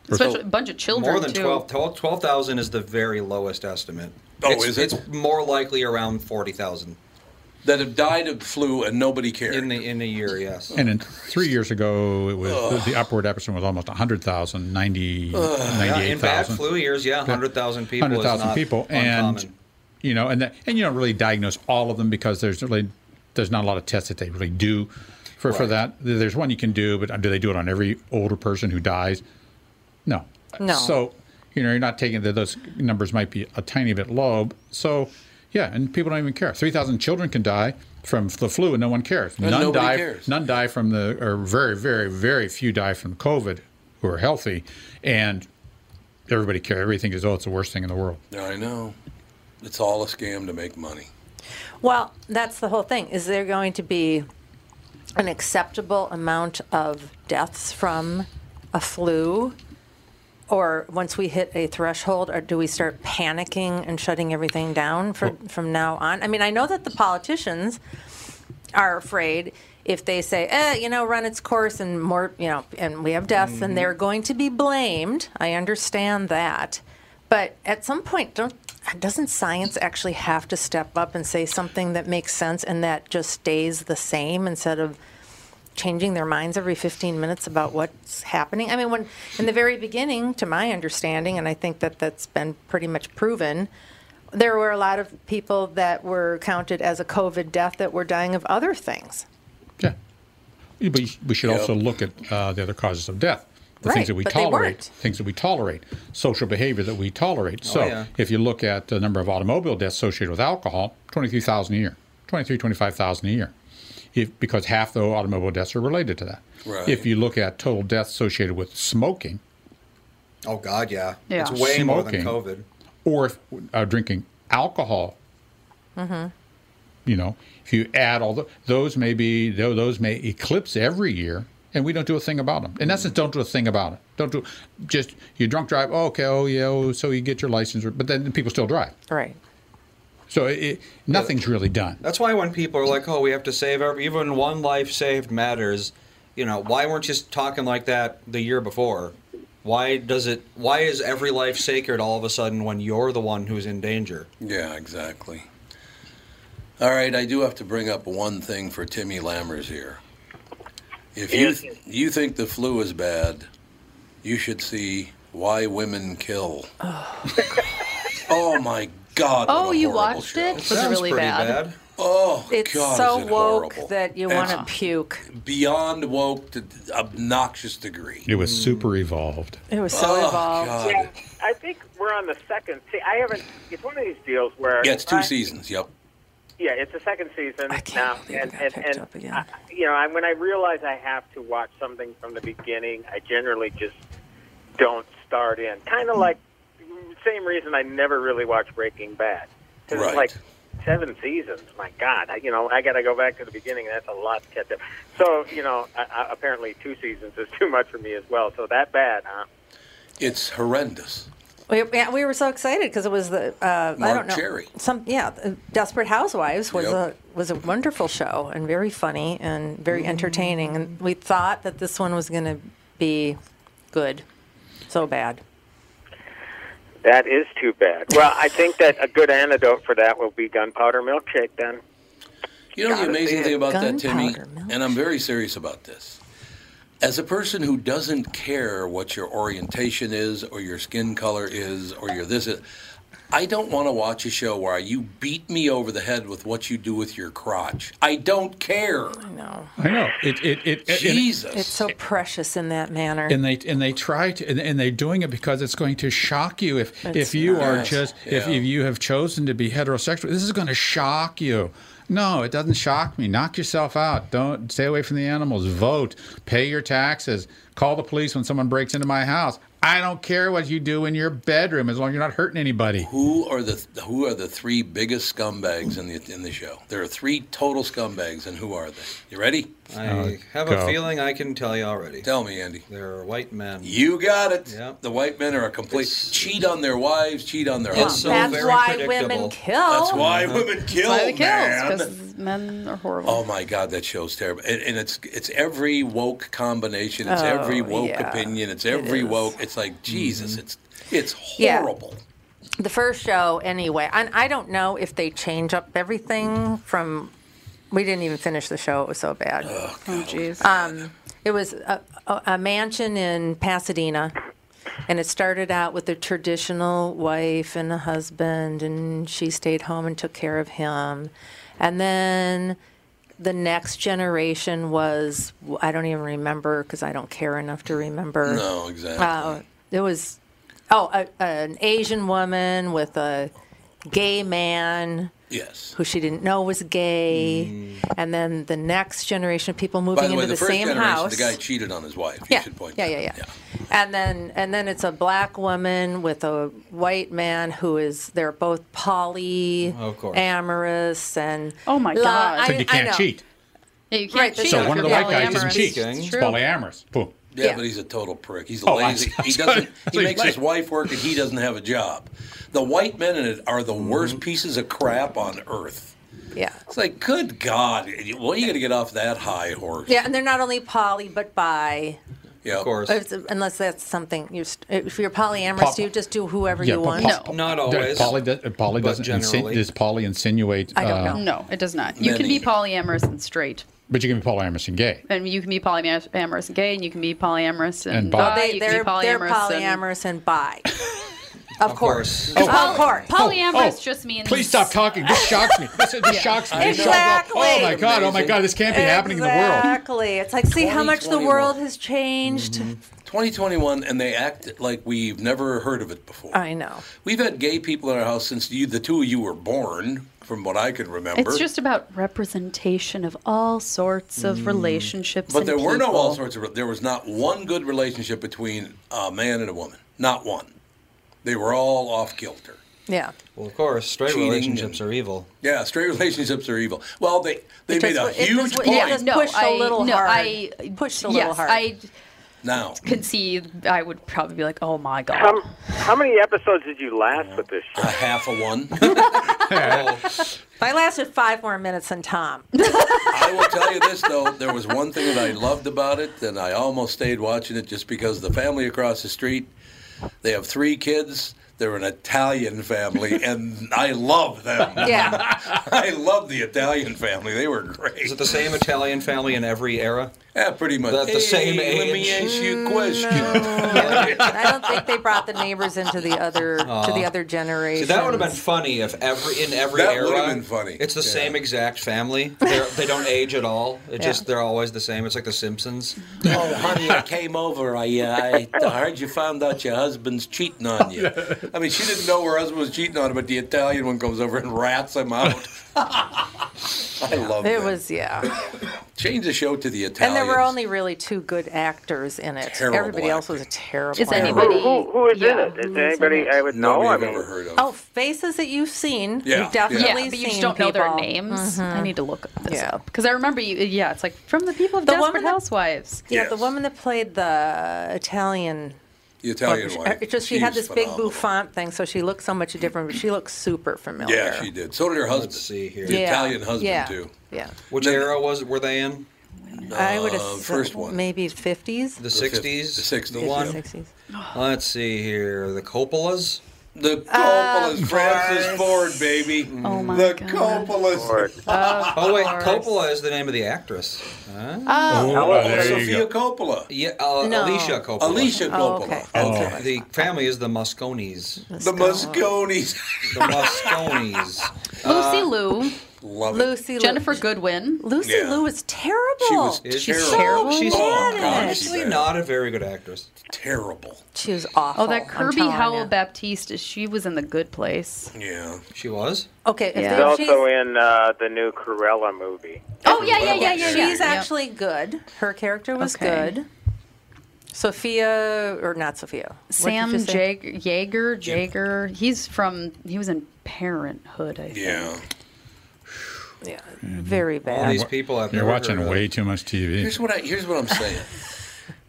S3: Especially a bunch of children,
S4: More than
S3: too.
S4: 12 12 12,000 is the very lowest estimate.
S2: Oh,
S4: it's,
S2: is it?
S4: It's more likely around 40,000.
S2: That have died of flu and nobody cared.
S4: In the in a year, yes.
S8: And then three years ago, it was
S4: Ugh.
S8: the upward episode was almost 100,000, 90,
S4: yeah, in bad
S8: 98,000.
S4: flu years, yeah, 100,000 people
S8: hundred
S4: is
S8: thousand
S4: not
S8: people,
S4: uncommon.
S8: and you know, and that, and you don't really diagnose all of them because there's really there's not a lot of tests that they really do for for
S4: Right.
S8: that. There's one you can do, but uh, do they do it on every older person who dies? No.
S6: No.
S8: So you know, you're not taking that. Those numbers might be a tiny bit low. So yeah, and people don't even care. Three thousand children can die from the flu, and no one cares.
S2: And
S8: none
S2: nobody
S8: die.
S2: cares.
S8: None die from the, or very, very, very few die from COVID who are healthy, and everybody cares. Everything is oh, it's the worst thing in the world.
S2: I know. It's all a scam to make money.
S6: Well, that's the whole thing. Is there going to be an acceptable amount of deaths from a flu? Or once we hit a threshold, or do we start panicking and shutting everything down from, from now on? I mean, I know that the politicians are afraid if they say, eh, you know, run its course and more, you know, and we have deaths and they're going to be blamed. I understand that. But at some point, don't, doesn't science actually have to step up and say something that makes sense and that just stays the same instead of changing their minds every 15 minutes about what's happening? I mean, when in the very beginning, to my understanding, and I think that that's been pretty much proven, there were a lot of people that were counted as a COVID death that were dying of other things.
S8: Yeah, But we should also look at uh, the other causes of death, the
S6: Right,
S8: things that we
S6: but they
S8: tolerate,
S6: weren't.
S8: things that we tolerate, social behavior that we tolerate.
S4: Oh,
S8: so
S4: yeah.
S8: if you look at the number of automobile deaths associated with alcohol, 23,000 a year, 23, 25,000 a year, if, because half the automobile deaths are related to that.
S4: Right.
S8: If you look at total deaths associated with smoking,
S4: Oh, God, yeah.
S8: Yeah.
S4: It's way more than
S8: Smoking.
S4: COVID.
S8: or if, uh, drinking alcohol
S6: Mm-hmm.
S1: Uh,
S8: you know if you add all the, those may be tho- those may eclipse every year and we don't do a thing about them
S6: Mm-hmm.
S8: in essence don't do a thing about it don't do just you drunk drive oh, okay oh yeah oh, so you get your license but then people still drive
S6: right
S8: so it, it, nothing's really done
S4: That's why when people are like, "Oh, we have to save every even one life saved matters," you know, why weren't you talking like that the year before? Why does it? Why is every life sacred all of a sudden when you're the one who's in danger?
S2: Yeah, exactly. All right, I do have to bring up one thing for Timmy Lammers here. If you
S13: Yes, sir.
S2: you think the flu is bad, you should see Why Women Kill. Oh, my God! what
S3: Oh,
S2: a
S3: you
S2: horrible
S3: watched
S2: show.
S3: it? Was it Sounds really pretty bad? bad.
S2: Oh,
S6: It's
S2: God,
S6: so
S2: is it
S6: woke
S2: horrible.
S6: that you
S2: It's
S6: want to puke.
S2: Beyond woke to obnoxious degree.
S8: it was super evolved
S6: Mm. It was
S2: so Oh, evolved. God.
S7: Yeah, I think we're on the second. See, I haven't. It's one of these deals where
S2: Yeah, it's two
S7: I-
S2: seasons. Yep.
S7: Yeah, it's the second season now, and and,
S6: picked
S7: and
S6: up again.
S7: I, you know, I, when I realize I have to watch something from the beginning, I generally just don't start in. Kind of like same reason I never really watched Breaking Bad. 'Cause
S2: Right.
S7: It's like seven seasons. My God, I, you know, I got to go back to the beginning. That's a lot to catch up. So you know, I, I, apparently two seasons is too much for me as well. So that bad, huh?
S2: It's horrendous.
S6: We, yeah, we were so excited because it was the uh, I
S2: Mark
S6: don't know
S2: Cherry.
S6: some yeah uh, Desperate Housewives was
S2: Yep.
S6: a was a wonderful show and very funny and very
S2: Mm-hmm.
S6: entertaining and we thought that this one was going to be good, so bad.
S7: That is too bad. Well, I think that a good antidote for that will be Gunpowder Milkshake then.
S2: You know the
S7: Gotta
S2: amazing
S7: be
S2: thing
S7: a
S2: about that, Timmy,
S7: gunpowder
S2: and I'm very serious about this. As a person who doesn't care what your orientation is, or your skin color is, or your this, is, I don't want to watch a show where you beat me over the head with what you do with your crotch. I don't care.
S6: No.
S8: I know it. It. it and-
S2: Jesus.
S6: It's so precious in that manner.
S8: and they and they try to and, and they're doing it because it's going to shock you if
S6: It's
S8: if you
S6: not.
S8: are
S6: Yes.
S8: just if,
S6: Yeah.
S8: if you have chosen to be heterosexual this is going to shock you no it doesn't shock me knock yourself out don't stay away from the animals vote pay your taxes call the police when someone breaks into my house i don't care what you do in your bedroom as long as you're not hurting anybody
S2: Who are the who are the three biggest scumbags in the in the show? There are three total scumbags, and who are they? You ready?
S4: I have a feeling I can tell you already.
S2: Tell me, Andy.
S4: They're white men.
S2: You got it. The white men are a complete cheat on their wives, cheat on their
S4: It's
S2: husbands.
S4: so That's very Uh-huh. why
S6: predictable. women kill.
S2: That's why
S6: Mhm.
S2: women
S6: That's
S2: kill.
S3: why they kill,
S2: man.
S3: it's 'cause men are horrible.
S2: Oh my God, that show's terrible, and, and it's it's every woke combination, it's
S3: Oh,
S2: every woke
S6: yeah.
S2: opinion, it's
S6: It
S2: every
S6: is.
S2: woke. It's like Jesus,
S4: Mm-hmm.
S2: it's it's
S6: Yeah.
S2: horrible.
S6: the first show anyway and i don't know if they change up everything from we didn't even finish the show it was so bad oh
S3: jeez
S6: um, it was a, a, a mansion in pasadena and it started out with a traditional wife and a husband and she stayed home and took care of him and then the next generation was i don't even remember because i don't care enough to remember
S2: No, exactly.
S6: uh, there was oh a, an asian woman with a gay man
S2: Yes. Mm.
S6: who she didn't know was gay and then the next generation of people moving
S2: By the way,
S6: into
S2: the,
S6: the,
S2: first
S6: same
S2: generation,
S6: house
S2: the guy cheated on his wife.
S6: yeah.
S2: You should point.
S6: yeah, yeah, yeah, And then and then it's a black woman with a white man who is they're both poly
S2: Of course.
S6: amorous and
S3: Oh my God. So you can't
S8: cheat.
S3: Yeah, you can't
S6: Right,
S3: cheat.
S8: so
S3: if
S8: one of the
S3: you're
S8: white guys
S3: polyamorous.
S8: doesn't cheat
S3: It's
S8: it's
S3: true.
S8: polyamorous boom
S2: Yeah, but he's a total prick. He's
S8: Oh, I
S2: lazy.
S8: see.
S2: He doesn't. He
S8: So he's
S2: makes his wife work, and he doesn't have a job. The white men in it are the worst pieces of crap on earth.
S6: Yeah.
S2: It's like, good God, well, you got to get off that high horse.
S6: Yeah, and they're not only poly but bi.
S2: Yeah, of course.
S6: If- unless that's something you're st- if you're polyamorous,
S8: Pop-
S6: you just do whoever you
S8: but
S6: want.
S8: Paul- Paul- Polly, does, Polly
S4: but
S8: doesn't insi-
S4: generally.
S8: does Polly insinuate?
S3: I don't
S8: uh,
S3: know. no, it does not. You can
S8: Many.
S3: be polyamorous and straight,
S8: But you can be polyamorous and gay.
S3: and you can be polyamorous and gay, and you can be polyamorous and,
S8: And bi.
S3: bi.
S8: Well,
S6: Oh, they,
S3: you
S6: they're,
S3: can be
S6: they're
S3: polyamorous, and-
S6: polyamorous and, bi. Of course.
S3: Oh,
S6: Of course.
S3: Polyamorous just means.
S8: Please stop talking. This shocks me. This, this
S3: Yeah.
S8: shocks me.
S6: I
S8: This shocks
S6: Exactly.
S8: me. Oh my god. Oh my god. This can't be happening in the world.
S6: Exactly. It's like see how much the
S2: 2021.
S6: world has changed.
S2: Mm-hmm. 2021, and they act like we've never heard of it before.
S6: I know.
S2: We've had gay people in our house since you, the two of you were born, from what I can remember.
S3: It's just about representation of all sorts of
S2: Mm.
S3: relationships.
S2: But
S3: and
S2: there were no
S3: people.
S2: all sorts of. There was not one good relationship between a man and a woman. Not one. They were all off kilter.
S6: Yeah.
S4: Well, of course, straight
S2: Cheating
S4: relationships are evil.
S2: Yeah, straight relationships are evil. Well, they they
S4: It
S2: made
S4: just-
S2: a
S4: it just-
S2: huge
S4: it
S2: point.
S4: just
S3: No,
S6: pushed a
S3: I,
S6: little
S3: no,
S6: hard.
S3: I
S6: Pushed a little
S3: yes,
S6: hard.
S3: I
S2: now.
S3: can see. I would probably be like, "Oh my god."
S7: How, how many episodes did you last with this show? A
S2: half a one.
S6: I lasted five more minutes than Tom.
S2: I will tell you this though, there was one thing that I loved about it, and I almost stayed watching it just because the family across the street, they have three kids. They're an Italian family, and I love them.
S6: Yeah.
S2: I love the Italian family. They were great. Is
S4: it the same Italian family in every era?
S2: Yeah, pretty much.
S4: That the
S2: Hey,
S4: same age.
S2: Let me ask you a question.
S6: I don't think they brought the neighbors into the other to the
S4: Aw.
S6: other generation.
S4: See, that would have been funny if every in every
S2: That
S4: era
S2: would've been funny.
S4: It's the same exact family. They're, they don't age at all. It
S2: Yeah.
S4: just they're always the same. It's like the Simpsons.
S2: Oh, honey, I came over. I, uh, I I heard you found out your husband's cheating on you. I mean, she didn't know her husband was cheating on her, but the Italian one comes over and rats him out. I love
S6: It
S2: that.
S6: was yeah.
S2: Change the show to the
S6: and
S2: Italian.
S6: there were only really two good actors in it.
S2: Terrible
S6: Everybody else was a terrible.
S3: Is
S6: actor.
S3: anybody-
S7: Who, who, who is in it? Is
S6: in
S7: anybody I would know?
S2: Nobody
S7: I
S2: I've
S7: mean,
S2: ever heard of.
S6: Oh, faces that you've seen.
S2: Yeah,
S6: You've definitely
S3: yeah, but you just
S6: seen
S3: don't know their
S6: people.
S3: names. I
S6: Mhm.
S3: need to look this
S6: Yeah.
S3: up because I remember you. Yeah, it's like from the people of
S6: The
S3: Desperate
S6: woman that-
S3: Housewives.
S6: Yeah, the woman that played the Italian
S2: The Italian
S6: But she-
S2: wife.
S6: Oh, it's just she,
S2: She
S6: had
S2: was
S6: this big
S2: phenomenal.
S6: bouffant thing, so she looked so much different. But she looked super familiar.
S2: Yeah, she did. So did her husband. see here. The
S6: Yeah.
S2: Italian husband
S6: Yeah.
S2: too.
S6: Yeah.
S4: Which era was were they in?
S6: I would
S4: Uh,
S6: assume
S4: first one.
S6: maybe 50s.
S4: The sixties. The sixties.
S6: Yeah,
S4: One.
S6: 60s.
S4: Let's see here. The Coppolas.
S2: The Coppola's Francis Ford, baby.
S3: Oh my
S2: the
S3: God.
S2: Coppola's.
S3: Of
S4: oh wait,
S3: course.
S4: Coppola is the name of the actress. Huh?
S3: Oh. Oh,
S2: Oh, there you Sophia go. Coppola.
S4: Yeah, uh,
S2: No.
S4: Alicia Coppola.
S2: Alicia Oh, Coppola. okay.
S4: Okay. The family is the Mosconis.
S2: The Mosconis.
S4: the Mosconis.
S3: Lucy Liu.
S2: Love
S4: it.
S3: Lucy Jennifer Goodwin.
S6: Lucy
S4: Yeah.
S6: Liu is terrible.
S4: She was
S6: She's
S4: terrible. Oh,
S6: terrible.
S4: She's
S6: bad
S2: Oh,
S6: at it.
S4: honestly not a very good actress.
S2: Terrible.
S6: She was awful.
S3: Oh, that
S6: I'm
S3: Kirby
S6: telling
S3: Howell
S6: ya.
S3: Baptiste. She was in the Good Place.
S2: Yeah.
S4: She was?
S6: Okay. If
S7: She's
S6: they, she's,
S7: also in uh, the new Cruella movie.
S3: Oh yeah, yeah, yeah, yeah.
S6: She's actually good. Her character was
S3: Okay.
S6: good. Sophia or not Sophia? What did
S3: Sam
S6: you say?
S3: Jag- Jaeger. Jaeger. He's from. He was in Parenthood. I think.
S2: Yeah.
S6: Yeah. Very bad.
S4: All these people out there.
S8: You're watching
S4: who are-
S8: way too much TV.
S2: Here's what I here's what I'm saying.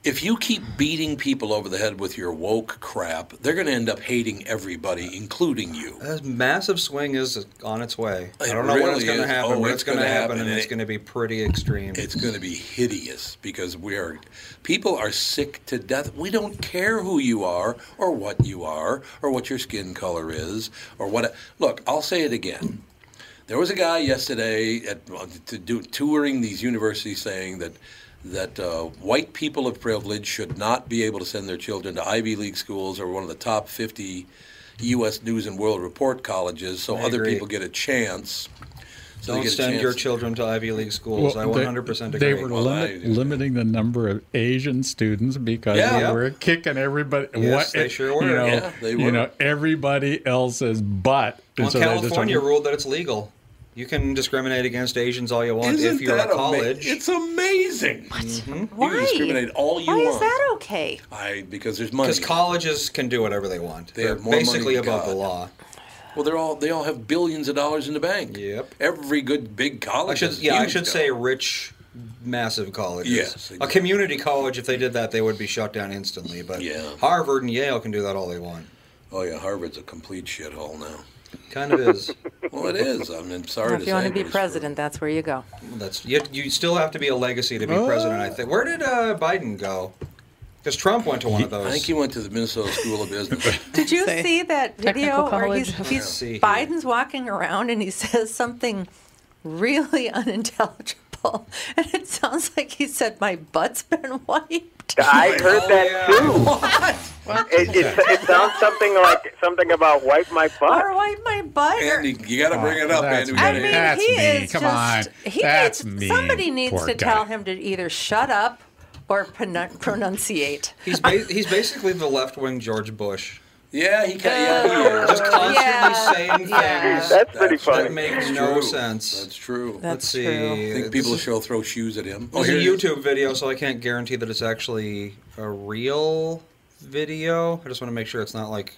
S2: if you keep beating people over the head with your woke crap, they're going to end up hating everybody, including you.
S4: That massive swing is on its way. I
S2: It
S4: don't know when it's
S2: really
S4: going to
S2: is.
S4: happen,
S2: Oh,
S4: but
S2: it's
S4: it's going to
S2: gonna
S4: happen,
S2: happen,
S4: and
S2: and
S4: it's
S2: it-
S4: going to be pretty extreme.
S2: It's going to be hideous because we are people are sick to death. We don't care who you are or what you are or what your skin color is or what. Look, I'll say it again. There was a guy yesterday at to do, touring these universities saying that that uh, white people of privilege should not be able to send their children to Ivy League schools or one of the top 50 U.S. News and World Report colleges, so
S4: I
S2: other
S4: agree.
S2: people get a chance. So they
S4: Don't
S2: get a
S4: send
S2: chance
S4: your
S2: to-
S4: children to Ivy League schools. I 100%
S8: they,
S4: agree.
S8: They were limit, limiting the number of Asian students because
S4: Yeah.
S8: they were kicking everybody.
S4: Yes, they sure were.
S8: You know,
S4: Yeah, they were.
S8: You know, everybody else's butt. And
S4: Well,
S8: so they just
S4: California
S8: went-
S4: ruled that it's legal. You can discriminate against Asians all you want if
S2: Isn't
S4: you're
S2: that
S4: at
S2: ama-
S4: college. Mm-hmm.
S2: it's amazing.
S6: Why?
S2: You can discriminate all you
S6: Why
S2: want.
S6: is that okay?
S2: I because there's money.
S4: Because colleges can do whatever they want.
S2: They
S4: They're
S2: have more money
S4: basically
S2: than
S4: above the
S2: God.
S4: law.
S2: Well, they're all they all have billions of dollars in the bank. Yep. Every good big
S4: I
S2: college.
S4: should,
S2: has
S4: yeah, I
S2: huge
S4: should
S2: dollars.
S4: say rich, massive colleges.
S2: Yes,
S4: a community college. If they did that, they would be shut down instantly. But Harvard and Yale can do that all they want.
S2: Oh yeah, Harvard's a complete shithole now.
S4: Kind of is.
S2: well, it is. I mean, I'm sorry to
S6: if you
S2: say.
S6: want to be
S2: but it's
S6: president, that's where you go.
S4: That's you, you. still have to be a legacy to be president. I think. Where did uh, Biden go? Because Trump went to one of
S2: true.
S4: those.
S2: I think he went to the Minnesota School of Business.
S6: Did you see that video
S4: Technical
S6: where he's,
S4: college.
S6: he's
S4: Let's see here.
S6: Biden's walking around and he says something really unintelligible, and it sounds like he said, "My butt's been wiped."
S2: Oh
S7: I heard that too. It, it, it sounds something like something about wipe my butt.
S6: Or wipe my butt. or-
S2: Andy, you got to bring it up, Andy. We
S6: I
S2: gotta
S6: mean,
S2: hear it.
S6: he is just, He
S8: That's
S6: needs,
S8: me,
S6: Somebody needs
S8: poor
S6: to
S8: guy.
S6: tell him to either shut up or pronoun- pronunciate.
S4: He's ba- he's basically the left wing George Bush.
S2: Yeah, he can. Yeah, he is.
S4: Just constantly
S6: Uh, Yeah,
S4: saying things.
S6: yeah.
S7: That's pretty funny.
S4: That makes
S2: That's
S4: no
S2: true.
S4: sense.
S2: That's true.
S4: Let's see.
S2: I think people should throw shoes at him.
S4: It's a
S2: Oh, here it is.
S4: YouTube video, so I can't guarantee that it's actually a real video. I just want to make sure it's not like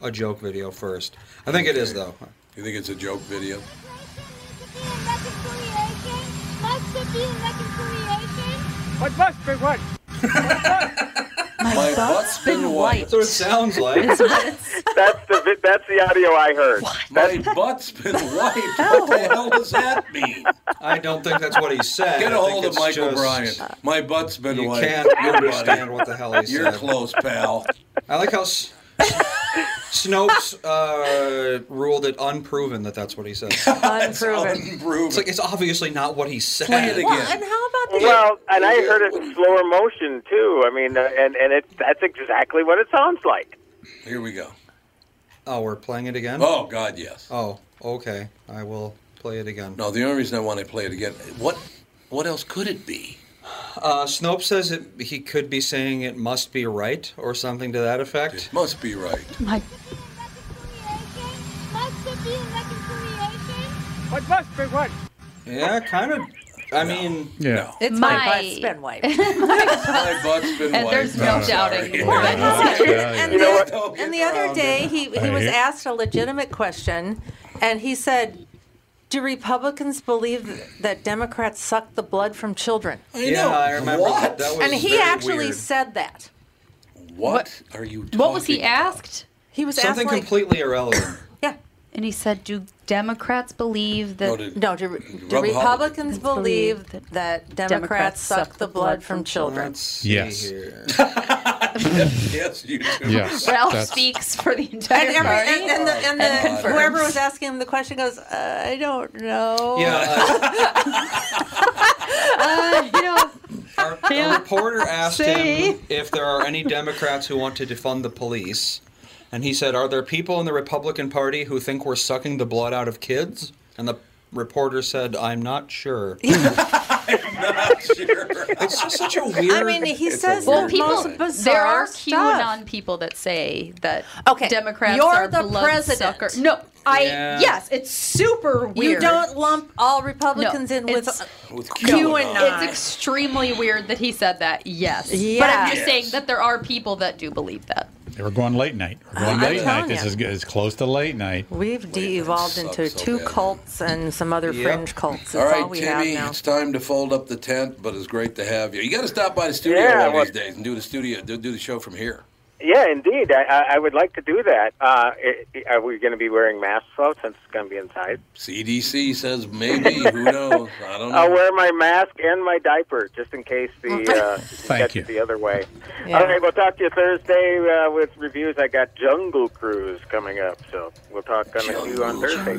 S4: a joke video first. I think it is though.
S2: You think it's a joke video?
S1: Must have been reconciliation.
S7: What must be what?
S2: My, butt's been wiped.
S4: That's what it sounds like.
S7: that's the vi- that's the audio I heard.
S2: My butt's been wiped. What the hell does that mean?
S4: I don't think that's what he said.
S2: Get a
S4: I think
S2: hold of
S4: it's
S2: Michael
S4: just-
S2: Bryant. My butt's been
S4: You
S2: wiped.
S4: can't
S2: Your buddy.
S4: understand what the hell he
S2: You're
S4: said.
S2: close, pal.
S4: I like how S- Snopes uh, ruled it unproven that that's what he said.
S6: Unproven.
S2: unproven.
S4: It's like it's obviously not what he said.
S6: Well, and how about the
S7: Well, and I heard it in slower motion too. I mean, uh, and and it that's exactly what it sounds like.
S2: Here we go.
S4: Oh, we're playing it again?
S2: Oh God, yes.
S4: Oh, okay. I will play it again.
S2: No, the only reason I want to play it again. What? What else could it be?
S4: Uh, Snopes says it, he could be saying it must be right or something to that effect. It
S2: must be right.
S3: My
S1: Must have been reconciliation.
S7: What must be what?
S4: Yeah, kind of. I mean,
S8: yeah.
S6: It's my, butt's been wiped.
S2: My butt's been
S6: And
S2: wiped.
S6: there's no
S2: I'm
S6: doubting.
S2: Oh, sorry.
S6: Well, I
S2: Yeah.
S6: know. And,
S2: You know
S6: the,
S2: what?
S6: and the
S3: Oh,
S6: other day, he, he was
S2: Hey.
S6: asked a legitimate question, and he said, "Do Republicans believe th- that Democrats suck the blood from children?"
S4: yeah, I remember that. that was
S6: and he
S4: very
S6: actually
S4: weird.
S6: said that.
S2: What, are you talking
S3: What was he asked?
S6: He was
S4: Something completely irrelevant.
S3: and he said, "Do Democrats believe that?"
S4: No,
S6: do- No, do Republicans believe that Democrats, suck the blood from children.
S8: Yes.
S2: yes, you do.
S8: Yes.
S6: Ralph
S8: that's-
S6: speaks
S3: for the entire
S6: and every,
S3: party.
S6: And, and, the, and,
S3: And
S6: the,
S3: confirms.
S6: whoever was asking him the question goes, uh, I don't know.
S4: Yeah,
S6: uh, you know,
S4: a reporter asked
S6: See?
S4: him if there are any Democrats who want to defund the police, and he said, "Are there people in the Republican Party who think we're sucking the blood out of kids?" And the reporter said, "I'm not sure." It's just such a weird.
S6: I mean, he says
S3: well,
S6: the
S3: people,
S6: most bizarre
S3: There are
S6: stuff.
S3: QAnon people that say that
S6: Okay,
S3: Democrats
S6: you're
S3: are
S6: the
S3: blood
S6: president.
S3: sucker- No, I
S6: Yeah.
S3: yes, it's super
S6: You
S3: weird.
S6: don't lump all Republicans in with. uh,
S3: it's-
S2: With
S6: Q and
S3: It's extremely weird that he said that. Yes, but I'm
S8: Yes.
S3: just saying that there are people that do believe that.
S8: They were going late night. We're
S6: I'm
S8: going late night.
S6: telling
S8: This
S6: ya.
S8: is it's close to late night.
S6: We've de-evolved
S2: sucks
S6: into
S2: so
S6: two
S2: bad.
S6: cults and some other
S2: Yep.
S6: fringe cults. That's
S2: all
S6: all,
S2: right,
S6: we
S2: Timmy,
S6: have now.
S2: it's time to fold up the tent, but it's great to have you. You got to stop by the studio
S7: Yeah,
S2: one of
S7: well-
S2: these days and do the studio, do, do the show from here.
S7: Yeah, indeed. I, I, I would like to do that. Uh, i are we going to be wearing masks though, since it's going to be inside?
S2: CDC says maybe. Who knows? I don't know.
S7: I'll wear my mask and my diaper just in case the uh, catch
S2: you.
S7: it the other way.
S2: Yeah.
S7: All right, we'll talk to you Thursday uh, with reviews. I got Jungle Cruise coming up, so we'll talk on the you on Thursday.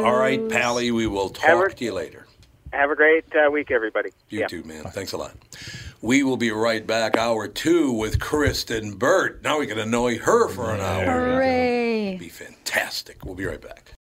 S2: All right, Pally, we will talk
S7: Ever-
S2: to you later.
S7: Have a great uh, week, everybody.
S2: You too, man. Thanks a lot. We will be right back, hour two, with Kristen Burt. Now we can annoy her for an hour.
S3: Hooray!
S2: Be fantastic. We'll be right back.